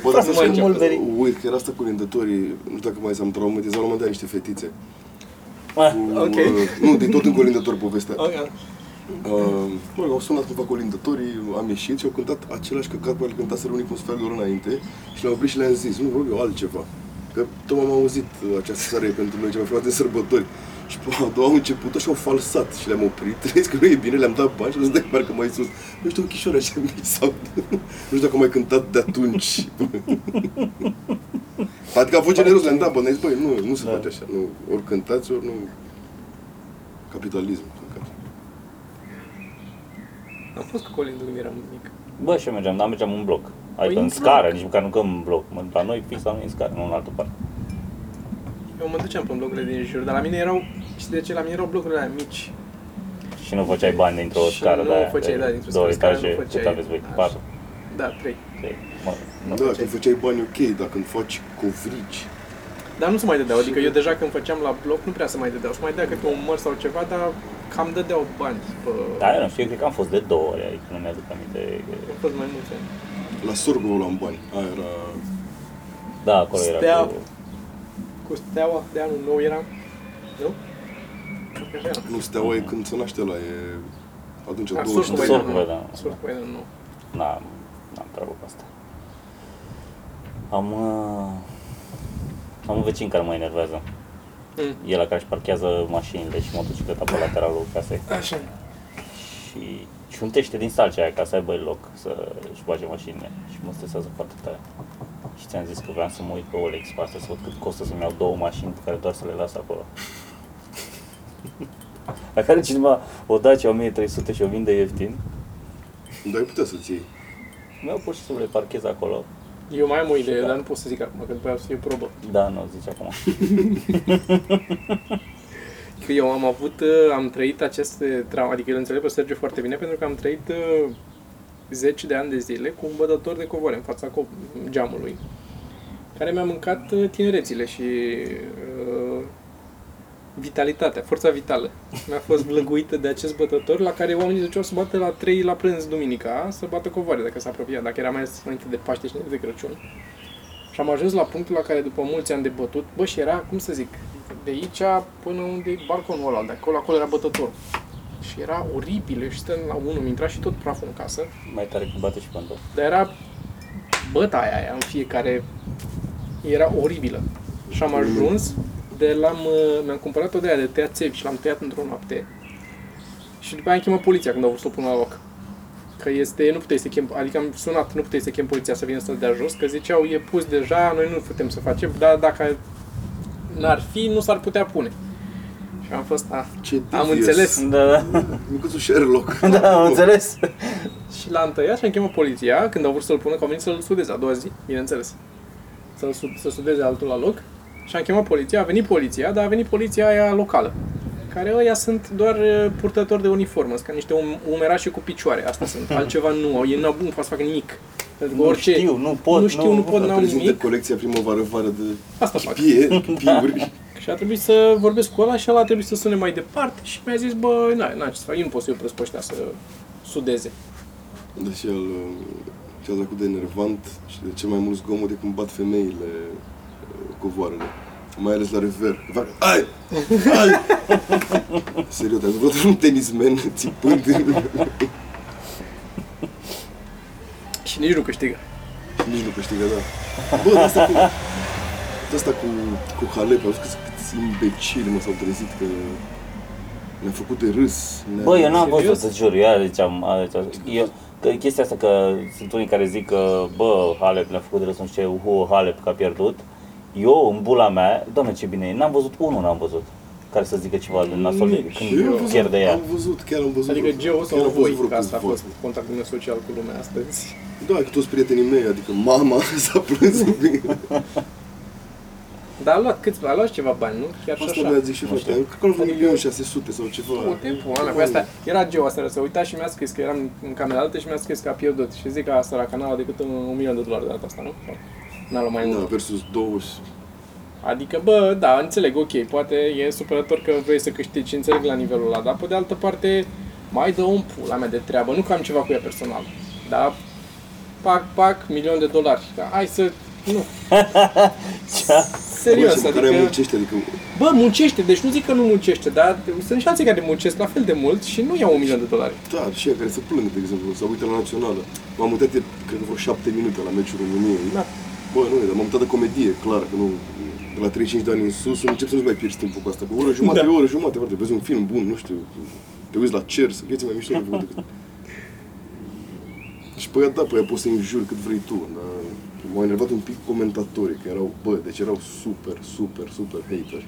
Bă, dar să
Mai
spun,
mulberry.
uit că era asta cu vândătorii, nu știu dacă mai s-am traumatizat, la un moment dat niște fetițe. Cu,
Ah, Ok.
uh, Nu, din tot în colindător povestea.
Ok.
Uh, Mă rog, au sunat cumva colindătorii, am ieșit și au cântat același căcat pe care cântaseră unii cu un sfert de oră înainte și le-am oprit și le-am zis, nu vreau eu altceva. Că tot am auzit uh, această seară e pentru noi ceva frumos de sărbători. Și pe a doua au început și au falsat și le-am oprit. Trăiesc că nu e bine, le-am dat bani și am zis, dacă parcă mai sus. Nu știu, ochișoare așa mici sau... Nu știu dacă am mai cântat de atunci. adică a fost generos, le-am dat bani, am zis, băi, nu, nu se face așa. Nu, ori cântați, ori nu... Capitalism. mâncați."
Am fost cu colindul când eram mic.
Bă, și eu mergeam, dar mergeam în bloc. Adică
în
în
Păi bloc.
scară, nici măcar nu că în bloc. Mă, La noi fix la noi în scară, nu în altă parte.
Eu mă duceam pe blocurile din jur, dar la mine erau... Și de ce? La mine erau blocurile alea mici.
Și nu făceai bani dintr-o
Și
scară
nu
de aia,
făceai, da,
de
dintr-o
două
scară
etaje,
nu făceai.
cât aveți voi,
Așa.
patru,
Da, trei.
trei, mă, nu.
Da, când făceai bani ok, dar când faci covrici,
Dar nu se mai dădeau, adică eu deja când făceam la bloc nu prea se mai dădeau. Se mai dădea câte un măr sau ceva, dar cam dădeau bani pe...
Da, eu nu știu, eu cred că am fost de două ori, adică nu mi-aduc aminte.
Au fost mai multe.
la sorgo luam bani. Aia era...
Da, acolo
Stea.
era cu...
Cu steaua de anul nou era... Nu? Cred că așa era.
Nu, steaua e când se naște la e... Atunci,
Dar
20
Surcovei de anul
Surcovei,
nou.
da.
Surcovei de anul nou.
N-am, n-am treabă cu asta. Am, uh, am un vecin care mă enervează.
Mm.
El la care își parchează mașinile și motocicleta pe lateralul casei.
Așa.
și ciuntește din salcea aia ca să aibă loc să-și bage mașinile și mă stresează foarte tare. Și ți-am zis că vreau să mă uit pe OLX pe asta, să văd cât costă să-mi iau două mașini pe care doar să le las acolo. La care cineva o Dacia 1300 și o vinde ieftin,
Dar ai putea să-ți iei.
mi-au pur și simplu le parchez acolo.
Eu mai am o idee, dar nu pot să zic acum, că după aia o să fie probă.
Da, nu, zici acum.
Că eu am avut, uh, am trăit aceste traume, adică îl înțeleg pe Sergiu foarte bine, pentru că am trăit uh, zeci de ani de zile cu un bătător de covoare în fața co- geamului, care mi-a mâncat uh, tinerețile și uh, Vitalitatea, forța vitală. Mi-a fost vlăguită de acest bătător la care oamenii duceau să bată la 3 la prânz duminica, să bată covoare dacă s-a apropiat, dacă era mai ales înainte de Paște și înainte de Crăciun. Și am ajuns la punctul la care după mulți ani de bătut, bă, și era, cum să zic, de aici până unde e balconul ăla, de acolo, acolo era bătătorul. Și era oribil, eu stăm la unul, mi intra și tot praful în casă,
Mai tare cu bate și pantof.
dar era bătaia aia în fiecare... Era oribilă. Și am ajuns de l-am... uh, Mi-am cumpărat o de aia de tăiat țevi și l-am tăiat într-o noapte. Și după aia am chemat poliția când au vrut să o pun la loc. Că este, nu puteai să chem, adică am sunat, nu puteai să chem poliția să vină să-l dea jos, că ziceau, e pus deja, noi nu putem să facem, dar dacă n-ar fi, nu s-ar putea pune. Și am fost, a,
Ce
am
devious.
înțeles.
Da, da.
Micuțul Sherlock.
Da, am înțeles.
Și l-am tăiat și am chemat poliția când au vrut să-l pună, că au venit să-l sudeze a doua zi, bineînțeles. Să-l sud, să sudeze altul la loc. Și am chemat poliția, a venit poliția, dar a venit poliția aia locală. Care ăia sunt doar uh, purtători de uniformă, sunt ca niște um- umerași cu picioare, asta sunt. Altceva nu au, ei n-au nu pot să facă nimic. Pentru că
Nu știu, nu pot,
nu știu, nu,
nu-
pot, n-au
Prezintă
nimic.
colecția primăvară-vară de
Asta fac.
pie, piuri.
Și a trebuit să vorbesc cu ăla și ăla a trebuit să sune mai departe și mi-a zis, bă, na, na, ce să fac, eu nu pot să-i opresc pe ăștia să sudeze.
Deci el ce a trecut de enervant și de ce mai mult zgomot e cum bat femeile uh, covoarele. Mai ales la rever. Fac, ai! Ai! Serios, ai văzut un tenismen țipând
Și nici nu câștigă.
Nici nu câștigă, da. Bă, de asta cu... De asta cu, cu Halep, am zis că câți imbecili mă s-au trezit că ne-a făcut de râs. ne-a-
Bă, eu n-am
Serios?
văzut, îți jur, eu deci am, a, deci am- eu, că chestia asta că sunt unii care zic că, bă, Halep ne-a făcut de răs, nu știu ce, uhu, Halep că a pierdut. Eu, în bula mea, doamne ce bine e, n-am văzut unul, n-am văzut care să zică ceva de nasol
Eu
Nici
am
când
văzut,
pierde ea.
am văzut, chiar am văzut.
Adică Geo
chiar
sau
am văzut
voi,
vreo
că asta a
câțiva.
fost contactul meu social cu lumea astăzi.
Da, cu toți prietenii mei, adică mama s-a plâns un pic.
Dar a luat câțiva, a luat și ceva bani, nu? Chiar și
Asta
așa.
mi-a zis și
Nu
frate,
știu.
cred că
Adică-
un 600 sau ceva.
Tot timpul, ala, pe asta. Era Geo asta, se uita și mi-a scris că eram în camera altă și mi-a scris că a pierdut. Și zic că asta la canal a decât un un milion de dolari de data asta, nu? Sau N-a luat mai
Da,
mult.
versus 20.
Adică, bă, da, înțeleg, ok, poate e supărător că vrei să câștigi și înțeleg la nivelul ăla, dar pe de altă parte mai dă un pula mea de treabă, nu că am ceva cu ea personal, dar pac, pac, milion de dolari, Da, hai să, nu,
Bă,
serios,
și Care
adică,
muncește, adică
bă, muncește, deci nu zic că nu muncește, dar sunt și alții care muncesc la fel de mult și nu iau un milion de dolari.
da, și ea care se plânge, de exemplu, sau uite la națională. M-am uitat, de, cred că vreo 7 minute la meciul României.
Da.
Bă, nu, e, dar m-am uitat de comedie, clar, că nu... De la 35 de ani în sus, încep să nu mai pierzi timpul cu asta. Pe o oră jumate,
Da.
da. o oră jumate, frate, vezi un film bun, nu știu, te uiți la cer, să vieții mai mișto de făcut decât... Și pe ea, da, pe ea poți să injuri cât vrei tu, dar m-au enervat un pic comentatorii, că erau, bă, deci erau super, super, super hateri.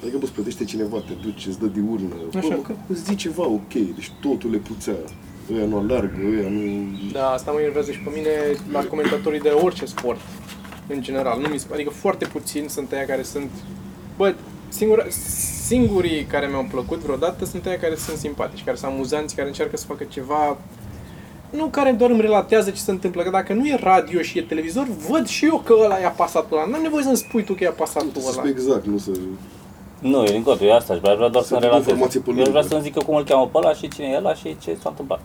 Adică, bă, îți plătește cineva, te duci, îți dă diurnă,
Așa
bă,
că-
măcar îți zici ceva ok, deci totul le puțea. Ăia nu alargă, ăia nu...
Da, asta mă enervează și pe mine la comentatorii de orice sport, în general. Nu mi se, adică foarte puțini sunt aia care sunt... Bă, singura, singurii care mi-au plăcut vreodată sunt aia care sunt simpatici, care sunt amuzanți, care încearcă să facă ceva... Nu care doar îmi relatează ce se întâmplă, că dacă nu e radio și e televizor, văd și eu că ăla i-a pasat pe ăla. N-am nevoie să-mi spui tu că i-a pasat pe
Să
ăla.
spui exact, nu să...
Nu, eu din contră, eu asta aș vrea, vreau doar
Să
să-mi
fie
relatez.
informație pe
Eu vreau
lângă.
să-mi zică cum îl cheamă pe ăla și cine e ăla și ce s-a întâmplat.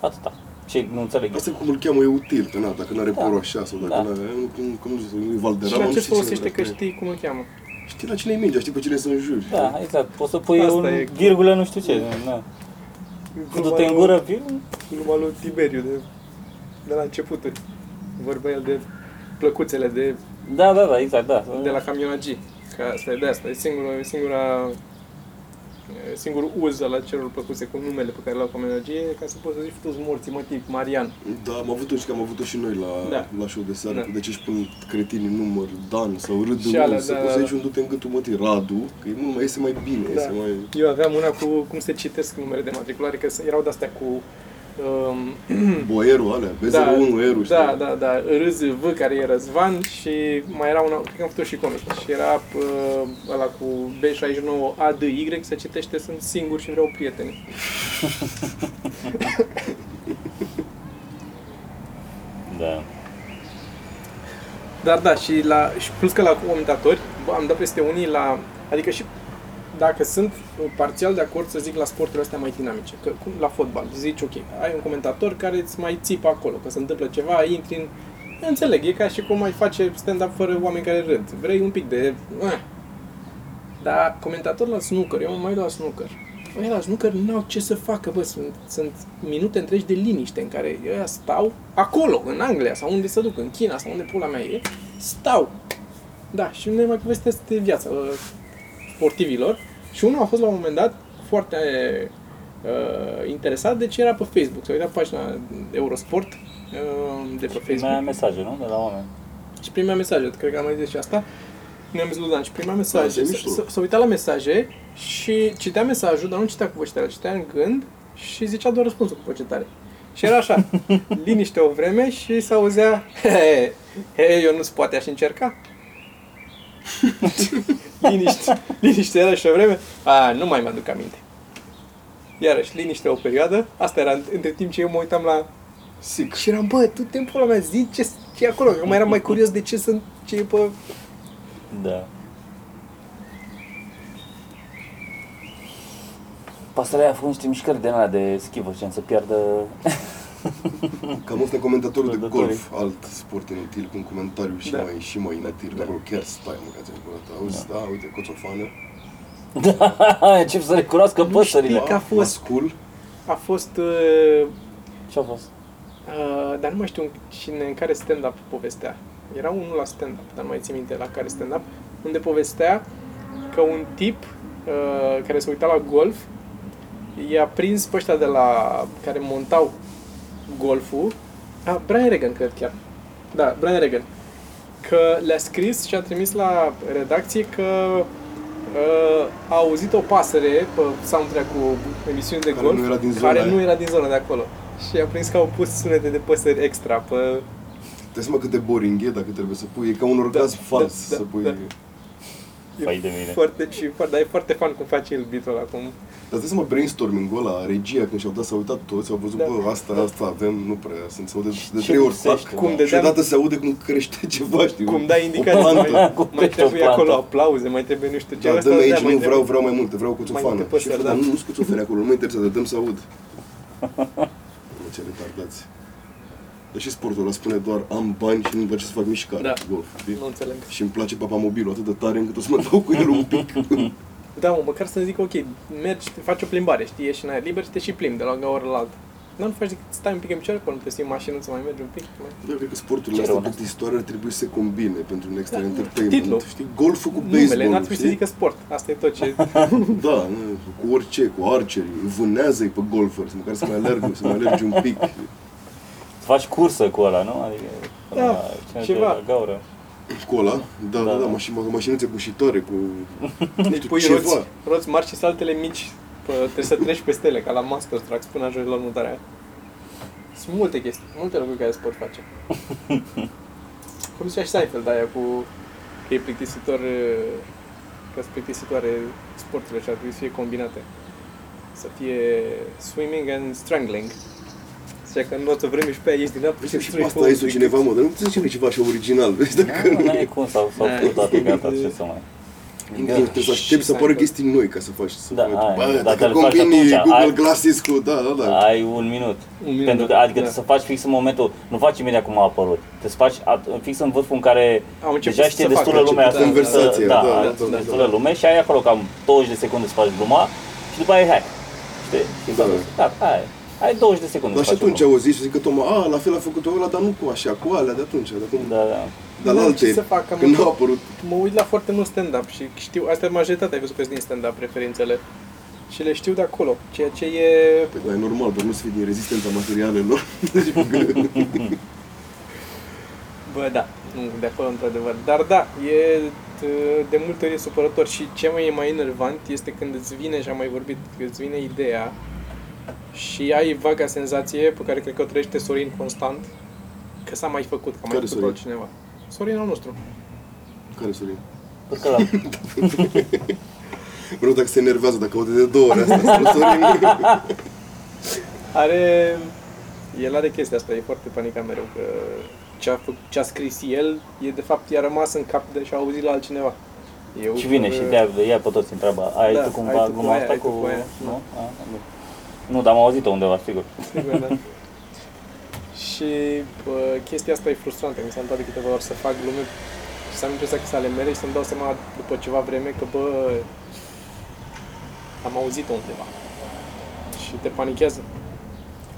Atâta. Ce nu înțeleg.
Asta cum îl cheamă e util, că na, dacă nu are
Da.
poroa așa sau dacă
Da.
nu are... Nu, cum, nu știu, nu e
Și la
Valderrama, nu
ce
știu cine
folosește că
dracu e.
știi cum îl cheamă?
Știi la cine e mingea, știi pe cine să înjuri.
Da, exact. Poți să pui
Asta
un
e.
virgulă, nu știu ce. Da. Du-te în gură, vi-
Gluma lui Tiberiu de, de la începuturi. Vorbea el de plăcuțele de,
Da, da, da, exact, da.
de la camionagii. Că asta e de asta, e singura, singura e singurul uz al acelor plăcuțe cu numele pe care le-au camionagie, ca să poți să zici toți morții, mă, tip, Marian.
Da, am avut-o și că am avut-o și noi la,
Da.
la show de seară,
Da.
da. de ce își pun cretinii număr Dan sau Râdu,
Și alea,
să
da,
poți
da,
să
da.
iei un du-te în gâtul mătii, Radu, că e mult mai iese mai bine,
Da.
iese mai...
Eu aveam una cu cum se citesc numele de matriculare, că s- erau de-astea cu um,
Boierul alea, B01, da, Eru, știi?
da, da, da, Râz V, care e Răzvan și mai era una, cred că am făcut și comic. Și era uh, ăla cu B69 ADY, se citește Sunt singur și vreau prieteni.
Da.
Dar da, și, la, și plus că la comentatori, bă, am dat peste unii la... Adică și dacă sunt uh, parțial de acord să zic la sporturile astea mai dinamice, că, cum la fotbal, zici ok, ai un comentator care îți mai țipă acolo, că se întâmplă ceva, intri în... Înțeleg, e ca și cum ai face stand-up fără oameni care râd. Vrei un pic de... eh. Dar comentator la snooker, eu mă mai uit la snooker. Ei la snooker n-au ce să facă, bă, sunt, sunt minute întregi de liniște în care ăia stau acolo, în Anglia sau unde se duc, în China sau unde pula mea e, stau. Da, și ne mai povestesc de viața uh, sportivilor și unul a fost la un moment dat foarte uh, interesat de ce era pe Facebook. S-a uitat pe pagina Eurosport uh, de pe Facebook.
Primea mesaje, nu? De la oameni.
Și primea mesaje, adică cred că am mai zis și asta. Nu am zis lui Dan, și primea
Da,
mesaje.
asta e mișto.
S- S-a uitat la mesaje și citea mesajul, dar nu citea cu voce tare, citea în gând și zicea doar răspunsul cu voce tare. Și era așa, liniște o vreme și se auzea, he, he, eu nu-ți poate aș încerca. liniște, liniște era și o vreme, a, nu mai mi-aduc aminte. Iarăși, liniște o perioadă, asta era între timp ce eu mă uitam la
Sic.
și eram, bă, tu te pula mea, zi ce, ce e acolo, că mai eram mai curios de ce sunt, ce e pe...
Da. Pasărea a făcut niște mișcări de alea de schivă, gen să piardă...
Cam ăsta e comentatorul de
Comentatorul.
golf, alt sport inutil, cu un comentariu și
Da.
mai și mai inutil. De acolo chiar stai, mă, că ți-am curat. Auzi, da, uite, coțofană.
Da, încep să recunoască păsările.
știi că a fost.
Mascul.
A fost, uh,
Ce-a fost?
uh, dar nu mai știu în cine, în care stand-up povestea. Era unul la stand-up, dar nu mai țin minte la care stand-up, unde povestea că un tip uh, care se uita la golf i-a prins pe ăștia de la care montau golful. A, Brian Regan, cred chiar. Da, Brian Regan. Că le-a scris și a trimis la redacție că uh, a auzit o pasăre pe soundtrack cu emisiuni de
Care
golf
nu era din zona
care
aia.
nu era din zona de acolo. Și a prins că au pus sunete de păsări extra pe...
Te seama cât de boring e dacă trebuie să pui. E ca un orgasm
da,
fals
da,
să pui.
da. e
Fai de mine.
Foarte, și, foarte, dar e foarte fan cum face el beat-ul ăla, cum...
Dar stai să mă brainstorming-ul ăla, regia, când și-au dat, s-au uitat toți, au văzut,
Da.
bă, asta, asta avem, nu prea, sunt, se aude de
Ce
trei ori
lipsește,
fac.
da.
Cum de
Și odată se aude cum crește ceva, știi?
Cum
o-
dai
O
indicații,
plantă.
mai,
Cum
mai
crește o
trebuie
plantă.
acolo aplauze, mai trebuie nu știu ce.
Da,
ăsta
dă
îți dea
aici,
mai
nu
trebuie-
vreau, vreau mai multe, vreau cu
Mai
țofană.
multe păsări,
Și eu,
da.
dar nu sunt cu țofane acolo, nu mă interesează, dăm să aud. Bă, ce retardați. Dar și sportul ăla spune doar am bani și nu-mi place să fac mișcare.
Da.
Golf, știi?
Nu înțeleg.
Și îmi place papamobilul atât de tare încât o să mă dau cu el un pic.
Da, mă, măcar să zic, ok, mergi, te faci o plimbare, știi, ieși în aer liber și te și plimbi de la o oră la alta. Dar nu faci decât să stai un pic în picioare până te în mașină să mai mergi un pic. Mai...
Eu cred că sporturile
Ce
astea
rău, asta.
plictisitoare ar trebui să se combine pentru un extra
Da,
entertainment.
titlul.
Știi? Golful cu
Numele, n-ar
baseball,
trebui să zică sport. Asta e tot ce...
Da, nu, cu orice, cu archery, vânează-i pe golferi, să măcar să mai alergă, să mai alergi un pic.
Să faci cursă cu ăla, nu? Adică...
Da,
la- cine știe,
ceva.
la Gaură.
Cu ăla, da, da,
Da,
da,
da.
mașini, mașinuțe bușitoare, cu...
Deci pui
ceva.
roți, roți mari și saltele mici. Pă, trebuie să treci peste ele, ca la Master Track, spune ajungi la următoarea. aia. Sunt multe chestii, multe lucruri care se pot face. Cum zicea și Seinfeld aia cu că e plictisitor, eh, că sunt plictisitoare sporturile și ar trebui să fie combinate. Să fie swimming and strangling. Zicea că în o vreme și pe aia ieși din apă
Vezi Păi, și pe
strângi
asta
pe un
este
pic.
cineva, mă, dar nu puteți să ceva așa original, vezi, dacă
Nu,
nu...
nu e cum, s-au s-au
Da.
făcut toate, gata, ce să mai...
Trebuie să aștepți să apară chestii noi ca să faci, să
Da,
faci.
aia,
Bă,
dacă
dacă
le faci
combini
atunci,
Google
ai-
Glasses cu... Da, da, da.
Ai un minut.
Un minut,
Pentru că,
da.
adică
Da.
da. să faci fix în momentul, nu faci imediat cum a apărut. Te faci at- fix în vârful în care
Au început
deja
să
știe
se
destulă
facă,
lume
a
asta.
început
conversația,
da,
da,
da,
da, da, da.
destulă lume și ai acolo cam 20 de secunde să faci gluma și după aia e hai. Știi? Și
Da.
da. da, hai. Ai 20 de secunde
Dar și
să faci o
atunci
glumă.
au zis și zic că Toma, a, la fel a făcut-o ăla, dar nu cu așa, cu alea de atunci, de acum.
Da, da.
Dar la
Da, ce să
alte,
fac, am
când
avut-
au apărut
mă uit la foarte mult stand-up și știu, astea majoritatea ai văzut că sunt din stand-up referințele și le știu de acolo, ceea ce e...
Păi, dar e normal, dar nu să fii din rezistența materialelor. Deci,
Bă, da, nu, de acolo într-adevăr, dar da, e t- de multe ori e supărător și ce mai e mai enervant este când îți vine, și am mai vorbit, când îți vine ideea și ai vaga senzație pe care cred că o trăiește Sorin constant, că s-a mai făcut, că a mai
Care
făcut
Sorin?
altcineva. Sorin al nostru.
Care Sorin?
Urcă Păi la...
Vreau dacă se enervează, dacă aude de două ori asta, să nu Sorin.
Are... El are chestia asta, e foarte panicat mereu că ce a, fă, ce a scris el e de fapt i-a rămas în cap de și a auzit la altcineva. Eu,
Și vine și de ia pe toți întreabă, ai
Da,
tu
ai
cumva
tu cu
gluma
aia,
asta
ai
cu...
tu cu aia,
nu? A, nu. Nu, dar am auzit-o undeva, sigur.
Sigur, da. Și bă, chestia asta e frustrantă, mi s-a întâmplat de câteva ori să fac glume și să am impresia că să ale mele și să-mi dau seama după ceva vreme că, bă, am auzit-o undeva. Și te panichează.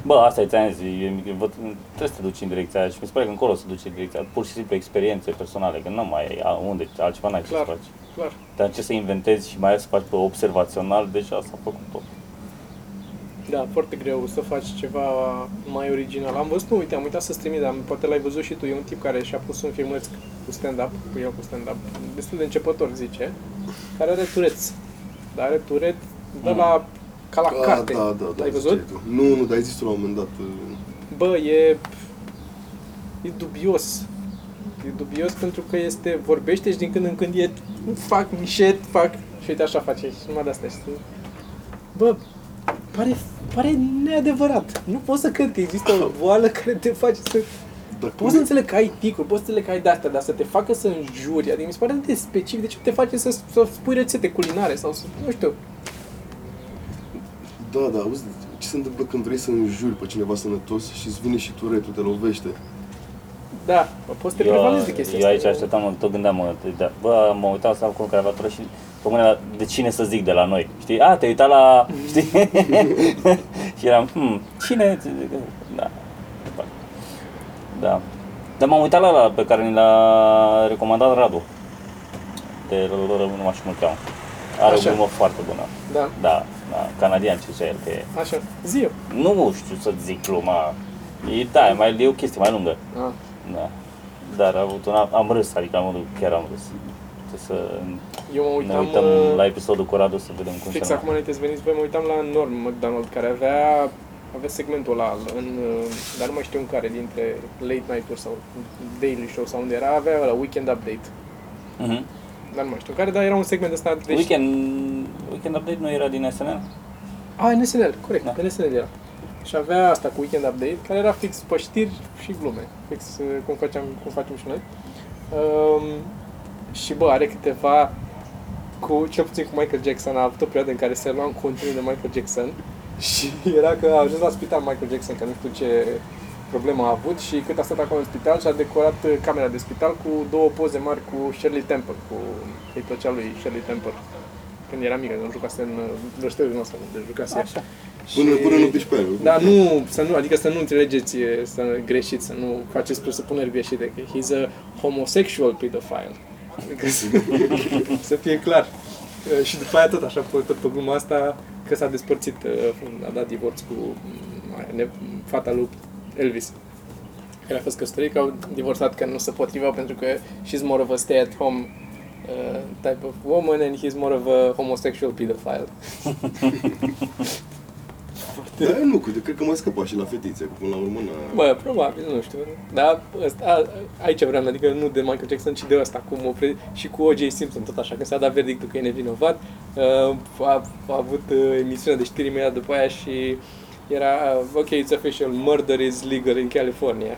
Bă, asta e, ți-am zis, e- e- vă- trebuie să te duci în direcția aia și mi se pare că încolo să duci în direcția aia, pur și simplu experiențe personale, că nu mai ai a, unde, altceva n-ai ce să
Clar.
faci.
Clar.
Dar ce să inventezi și mai ales să faci pe observațional, deja s-a făcut tot.
Da, foarte greu să faci ceva mai original. Am văzut, nu, uite, am uitat să-ți trimit, dar poate l-ai văzut și tu. E un tip care și-a pus un filmuleț cu stand-up, cu el cu stand-up, destul de începător, zice, care are tureț. Dar are turet de la, ca la carte.
Mm. Da, da, da.
L-ai văzut?
ziceai tu. Nu, nu, dar ai zis tu la un moment dat. uh,
Bă, e... E dubios. E dubios pentru că este... Vorbește și din când în când e... Fac mișet, fac... Și uite așa face și numai de astea. Și... tu- Bă, pare, pare neadevărat. Nu poți să cred că există o boală care te face să...
Dar cum
Poți să
e?
înțeleg că ai ticuri, poți să înțeleg că ai de-astea, dar să te facă să înjuri, adică mi se pare atât de specific, de ce te face să, să spui rețete culinare sau să, nu știu,
Da, da, auzi, ce se întâmplă când vrei să înjuri pe cineva sănătos și îți vine și turetul, te lovește?
da, poți să te prevalezi de chestia
eu aici
asta.
așteptam, mă, tot gândeam, mă, da, bă, mă uitam să am cu cravatură și tocmai la, de cine să zic de la noi, știi? A, te uita la,
Mm.
știi? și eram, hmm, cine? Da, da. Dar m-am uitat la ăla pe care ni l-a recomandat Radu. De lor nu mai știu cum îl cheamă. Are
Așa.
o glumă foarte bună.
Da,
Da, da, canadian ce zicea el că e.
așa, zi eu.
Nu știu să zic gluma. E, da, e, mai, e o chestie mai lungă.
Ah.
Da. Dar a avut un, am râs, adică am, chiar am râs. Trebuie să
Eu mă
ne
uitam,
uităm
uh,
la episodul cu Radu să vedem cum
fix
se
acum înainte să veniți voi, mă uitam la Norm McDonald, care avea, avea segmentul ăla al- în, uh, dar nu mai știu în care, dintre late night-uri sau daily show sau unde era, avea la weekend update.
uh-huh.
Dar nu mai știu în care, dar era un segment ăsta deci- de...
Weekend, weekend Update nu era din SNL?
Ah, NSNL, corect,
Da.
da. NSNL era. Și avea asta cu weekend update, care era fix pe știri și glume, fix uh, cum, faceam, cum facem și noi. Um, și bă, are câteva cu, cel puțin cu Michael Jackson, a avut o perioadă în care se lua în continuu de Michael Jackson și era că a ajuns la spital Michael Jackson, că nu știu ce problemă a avut și cât a stat acolo în spital și a decorat uh, camera de spital cu două poze mari cu Shirley Temple, cu îi plăcea lui Shirley Temple când era mică, nu jucase în uh, vârstelul nostru, unde jucase
Așa.
Până, până nu pici pe aia.
da, nu, să nu, adică să nu înțelegeți, e, să greșiți, să nu faceți presupuneri greșite, că he's a homosexual pedophile. Adică să, să fie clar. E, Și după aia tot așa, pe- tot pe gluma asta, că s-a despărțit, e, a dat divorț cu m, ne- fata lui Elvis care a fost căsătorit, că au divorțat că nu se potriveau pentru că she's more of a stay-at-home uh, type of woman and he's more of a homosexual pedophile.
Da, nu, uite, cred că m-a scăpat și la fetițe, că până la urmă n-a...
Bă, probabil, nu știu. Dar ăsta, a, aici vreau, adică nu de Michael Jackson, ci de ăsta, cum o pre- și cu O.J. Simpson, tot așa, că s-a dat verdictul că e nevinovat. Uh, a, a avut uh, emisiunea de știri imediat după aia și era, uh, ok, it's official, murder is legal in California.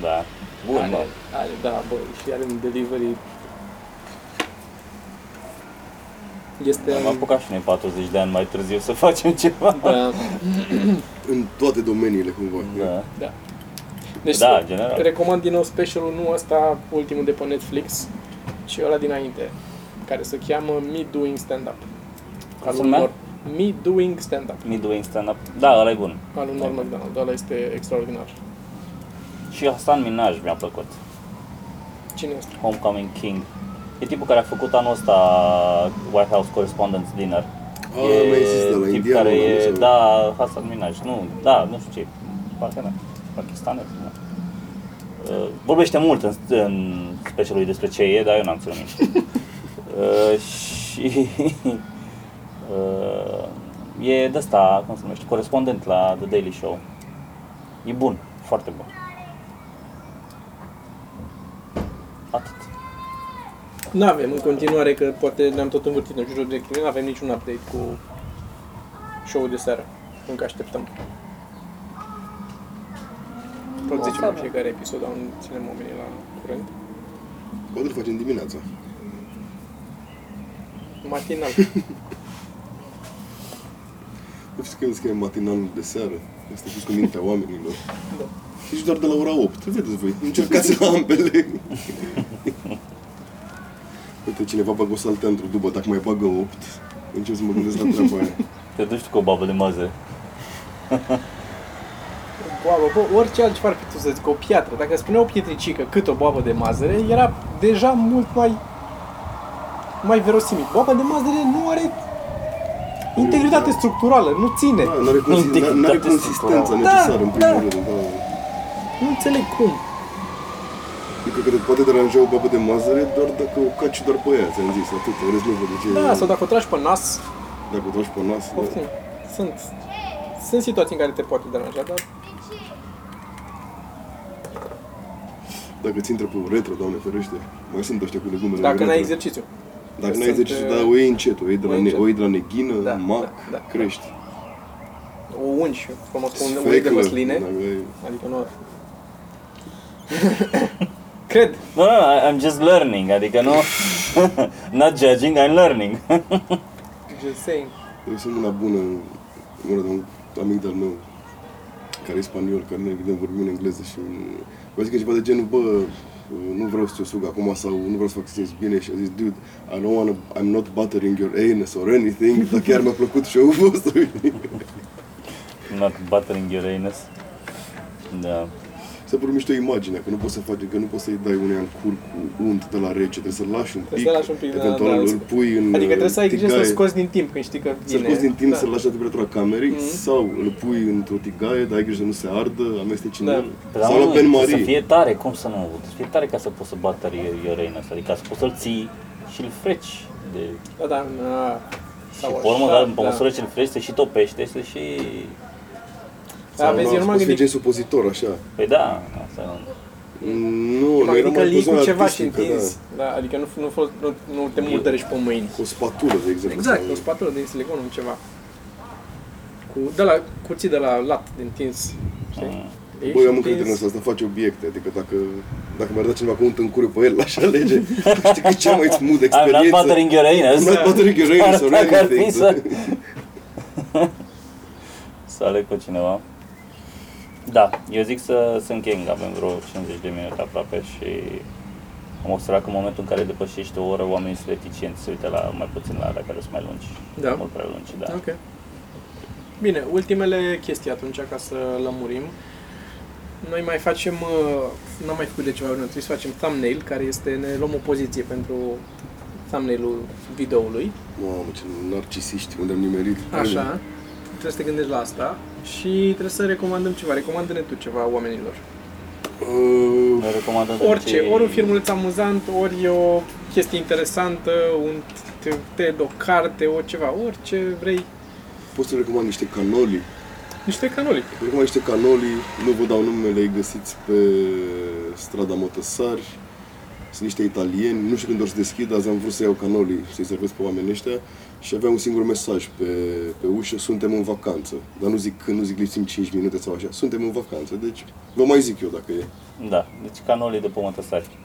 Da. Bun,
are,
mă.
are, da, bă, și are un delivery. Este...
Am apucat și noi 40 de ani mai târziu să facem ceva.
Da,
În toate domeniile, cumva.
Da,
da. Deci,
da în general.
Recomand din nou specialul, nu ăsta ultimul de pe Netflix, ci ăla dinainte, care se cheamă Me Doing Stand-Up. Al
se
unor-
numea?
Me Doing Stand-Up.
Midway stand-up. Da, ăla e bun.
Al unor McDonald, ăla este extraordinar.
Și Hasan Minaj mi-a plăcut.
Cine este?
Homecoming King. E tipul care a făcut anul ăsta White House Correspondence Dinner.
Ah, mai există, la
tip
Indiana,
care
la
e,
Muzeul.
da, Hasan Minaj, nu, da, nu știu ce, parcă pakistanez, nu. Uh, vorbește mult în, în specialul lui despre ce e, dar eu n-am ținut minte. uh, și uh, e de asta, cum se numește, corespondent la The Daily Show. E bun, foarte bun. Atât.
Nu avem în continuare, că poate ne-am tot învârtit în jurul direcției, nu avem niciun update cu show-ul de seară. Încă așteptăm. Tot zicem în fiecare episod, dar ținem oamenii la curent.
Bă, îl facem dimineața.
Matinal.
Nu știu că îmi scrie matinalul de seară. Este pus cu mintea oamenilor.
da.
Deci doar de la ora 8. Vedeți voi, încercați la ambele. Uite, cineva bagă o salteantru după, dacă mai bagă 8, încep să mă gândesc la treaba aia.
Te duci tu cu o babă de mază.
Boabă, bă, orice altceva ar fi tu să zic, o piatră. Dacă spunea o pietricică cât o boabă de mazăre, era deja mult mai mai verosimil. Boaba de mazăre nu are integritate structurală, nu ține.
Da, n-are, consi- n-are- n-are consistența necesară, în primul
da.
rând. Da.
Nu înțeleg cum.
Eu cred Adică că te poate deranja o babă de mazăre doar dacă o caci doar pe ea, ți-am zis, atât, în rest nu văd de ce.
Da, sau dacă o tragi pe nas,
Dacă o tragi pe nas, da.
poftim. Sunt, sunt situații în care te poate deranja, dar
dacă ți intră pe uretră, doamne ferește, mai sunt ăștia cu legumele în
dacă
uretră.
n-ai exercițiu.
Dacă
Sunt,
n-ai exercițiu,
uh,
dar o iei încet, o iei de la,
o iei
ne-
încet.
o iei de la neghină,
Da,
mac,
da, da.
crești.
O ungi, frumos, cu un ulei de
Sfeclă,
măsline.
dacă ai-
Adică nu... Cred.
No, no, no, I'm just learning, adică nu... Not judging, I'm learning.
Just saying.
Eu sunt una bună, mă rog, de un amic de-al meu, care e spaniol, care ne vedem vorbim în engleză și mi-a zis că ceva de genul, bă, nu vreau să te sug acum sau nu vreau să fac să simți bine și a zis, dude, I don't wanna, I'm not buttering your anus or anything, dar chiar mi-a plăcut show-ul vostru.
Not buttering your anus. Da.
Se pur mișto imaginea, că nu poți să faci, că nu poți să-i dai unei în cur cu unt de la rece, trebuie să-l lași un pic,
Trebuie să-l lași un pic, da,
eventual
da,
îl
îți-
pui în
Adică trebuie să ai grijă să-l
tigaie.
scoți din timp când știi că vine.
Să-l scoți din timp,
da. Mhm.
să-l lași la temperatura camerei sau îl pui într-o tigaie, dar ai grijă să nu se ardă, amesteci în
Da.
el.
Dar
Sau
mă,
la Ben
Să
Marie.
fie tare, cum să nu avut? Să fie tare ca să poți să butter your- your anus, adică să poți să-l ții și îl freci de...
Da, da, na.
Și
Sau
pe urmă,
așa,
dar pe măsură ce îl freci, se și topește, se și...
Da, vezi, eu nu m-am
Poți fi gen
gândit.
supozitor, așa.
Păi da, asta e un-
Nu,
Eu m-am
noi
gândit
eram
că
mai
lii
pe
cu
zona
ceva și
artistică, da.
întinzi. Da, adică nu, nu, fol- nu, nu te murdărești pe mâini.
Cu o spatulă, de exemplu.
Exact,
sau-
o spatulă din silicon, un ceva. Cu, de la, cuții de la lat, de întins.
Mm.
Știi? Ești
Bă, eu am
întins.
încredere în asta, asta face obiecte, adică dacă, dacă mi-ar da cineva cu unt în curiu pe el, aș alege. Știi că e cea mai smooth
I'm not
experiență.
buttering your anus.
I'm not buttering your anus or
Dacă ar fi
anything. da.
să... să aleg pe cineva. Da, eu zic să, să încheiem, că avem vreo 50 de minute aproape și am observat că în momentul în care depășești o oră, oamenii sunt reticenți, se uită la, mai puțin la alea care sunt mai lungi.
Da.
Mult prea lungi, da.
Ok. Bine, ultimele chestii atunci ca să lămurim. Noi mai facem, uh, n-am mai făcut de ceva vreme, trebuie să facem thumbnail, care este, ne luăm o poziție pentru thumbnail-ul videoului.
Mamă, ce narcisiști, unde am nimerit.
Așa. Trebuie să te gândești la asta și trebuie să recomandăm ceva. Recomandă-ne tu ceva oamenilor.
Uh,
Ne recomandăm
Orice,
cei-
ori un filmuleț amuzant, ori o chestie interesantă, un t- TED, o carte, o ceva, orice vrei.
Pot să recomand niște canoli.
Niște canoli.
Precum niște canoli, nu vă dau numele, îi găsiți pe strada Mătăsari. Sunt niște italieni, nu știu când o să deschid, azi am vrut să iau canoli, să-i servesc pe oamenii ăștia și avea un singur mesaj pe, pe ușă, suntem în vacanță. Dar nu zic când, nu zic lipsim 5 minute sau așa, suntem în vacanță, deci vă mai zic eu dacă e.
Da, deci canolii de pămătăsari.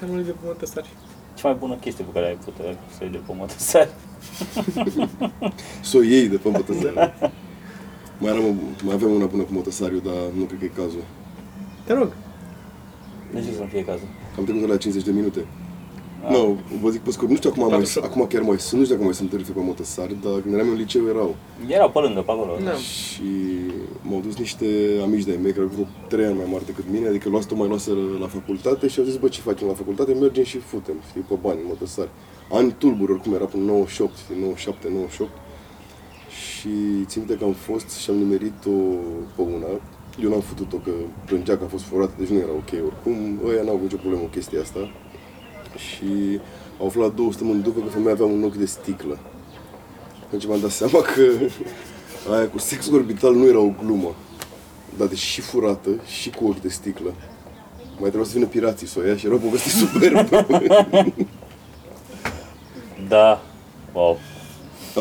Canoli de pământăsari.
Cea mai bună chestie pe care ai putea să iei de pămătăsari.
Să o iei de pe Mătăsari. mai, eram, mai aveam una bună cu Mătăsariu, dar nu cred că e cazul.
Te rog.
De ce să nu fie cazul?
Am trecut de la 50 de minute. Nu, no, vă zic pe scurt, nu știu acum, mai,
47.
acum chiar mai sunt, nu știu dacă mai sunt tarife pe motosari, dar când eram eu în liceu erau.
Erau pe lângă, pe acolo.
Da.
Și m-au dus niște amici de-ai mei, care au vreo 3 ani mai mari decât mine, adică luați tot mai luaseră la facultate și au zis, bă, ce facem la facultate, mergem și futem, știi, pe bani, în motosari. Ani tulburi, oricum, era până 98, știi, 97, 98. Și țin minte că am fost și am nimerit-o pe una. Eu n-am futut-o că plângea că a fost furată, deci nu era ok oricum. Ăia n-au avut nicio problemă cu chestia asta. Și au aflat la 200 mâini după că femeia avea un ochi de sticlă. Atunci mi-am Deci dat seama că aia cu sexul orbital nu era o glumă. Dar deci și furată și cu ochi de sticlă. Mai trebuia să vină pirații să o ia și era o poveste superbă.
Da. Wow.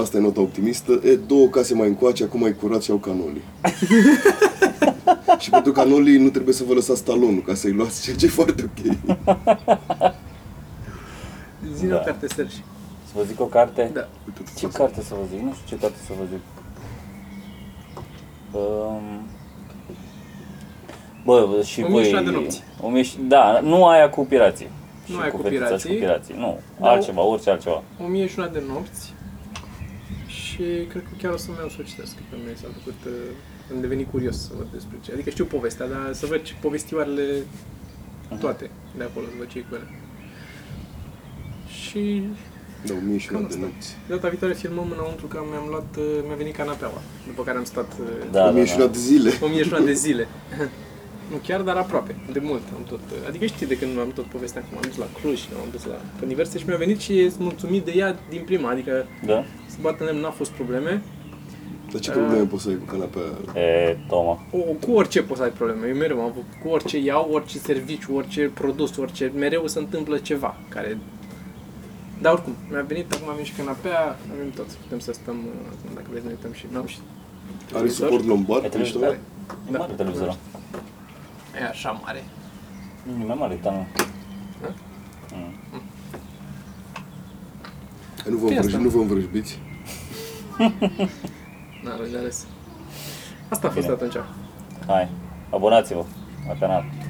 Asta e nota optimistă. E, două case mai încoace, acum ai curat și au canolii. și pentru canolii nu trebuie să vă lăsați talonul ca să-i luați, ceea ce e foarte ok.
Zi
Da.
o carte sergi.
Să vă zic o carte?
Da.
Uite,
Ce
tu
carte să vă zic? Nu știu ce carte să vă zic. Um... Bă, și
O
voi...
mie și una de nopți.
O mie și... Da, nu aia cu pirații.
Nu
și
aia cu
fetița Și cu
pirații.
pirații. Nu,
Da.
altceva, orice altceva.
O mie și una de nopți și cred că chiar o să merg să o citesc, că mi s-a făcut, uh, am devenit curios să văd despre ce. Adică știu povestea, dar să văd ce povestioarele toate de acolo, să văd ce e cu ele. Și
Da, o mie și una
Cam
de
asta.
nopți.
data viitoare filmăm înăuntru că mi-am luat, uh, mi-a venit canapeaua, după care am stat uh,
Da,
o mie
da,
și
da.
una de zile.
o mie și una de zile. Nu chiar, dar aproape. De mult am tot... Adică știi de când am tot povestea cum am dus la Cluj, am dus la pe diverse și mi-a venit și sunt mulțumit de ea din prima. Adică
Da?
să bat în lemn n-a fost probleme.
Dar ce probleme poți să ai cu canapea?
E, Toma.
O, cu orice poți să ai probleme. Eu mereu am avut cu orice iau, orice serviciu, orice produs, orice... Mereu se întâmplă ceva care... Dar oricum, mi-a venit, acum am venit și canapea, avem tot. Putem să stăm, uh, acum, dacă vreți, ne uităm și n-am și...
Are
televizor.
suport
E
lombar? mișto?
televizor? E
Da.
mare televizorul.
E așa mare.
Nu e mai mare, dar nu.
Da?
Mm. Da.
Nu vă
Ce e
învrăj-
asta?
nu vă învrăjbiți.
Da, de ales. Asta a fost
Bine.
atunci.
Hai, abonați-vă la canal.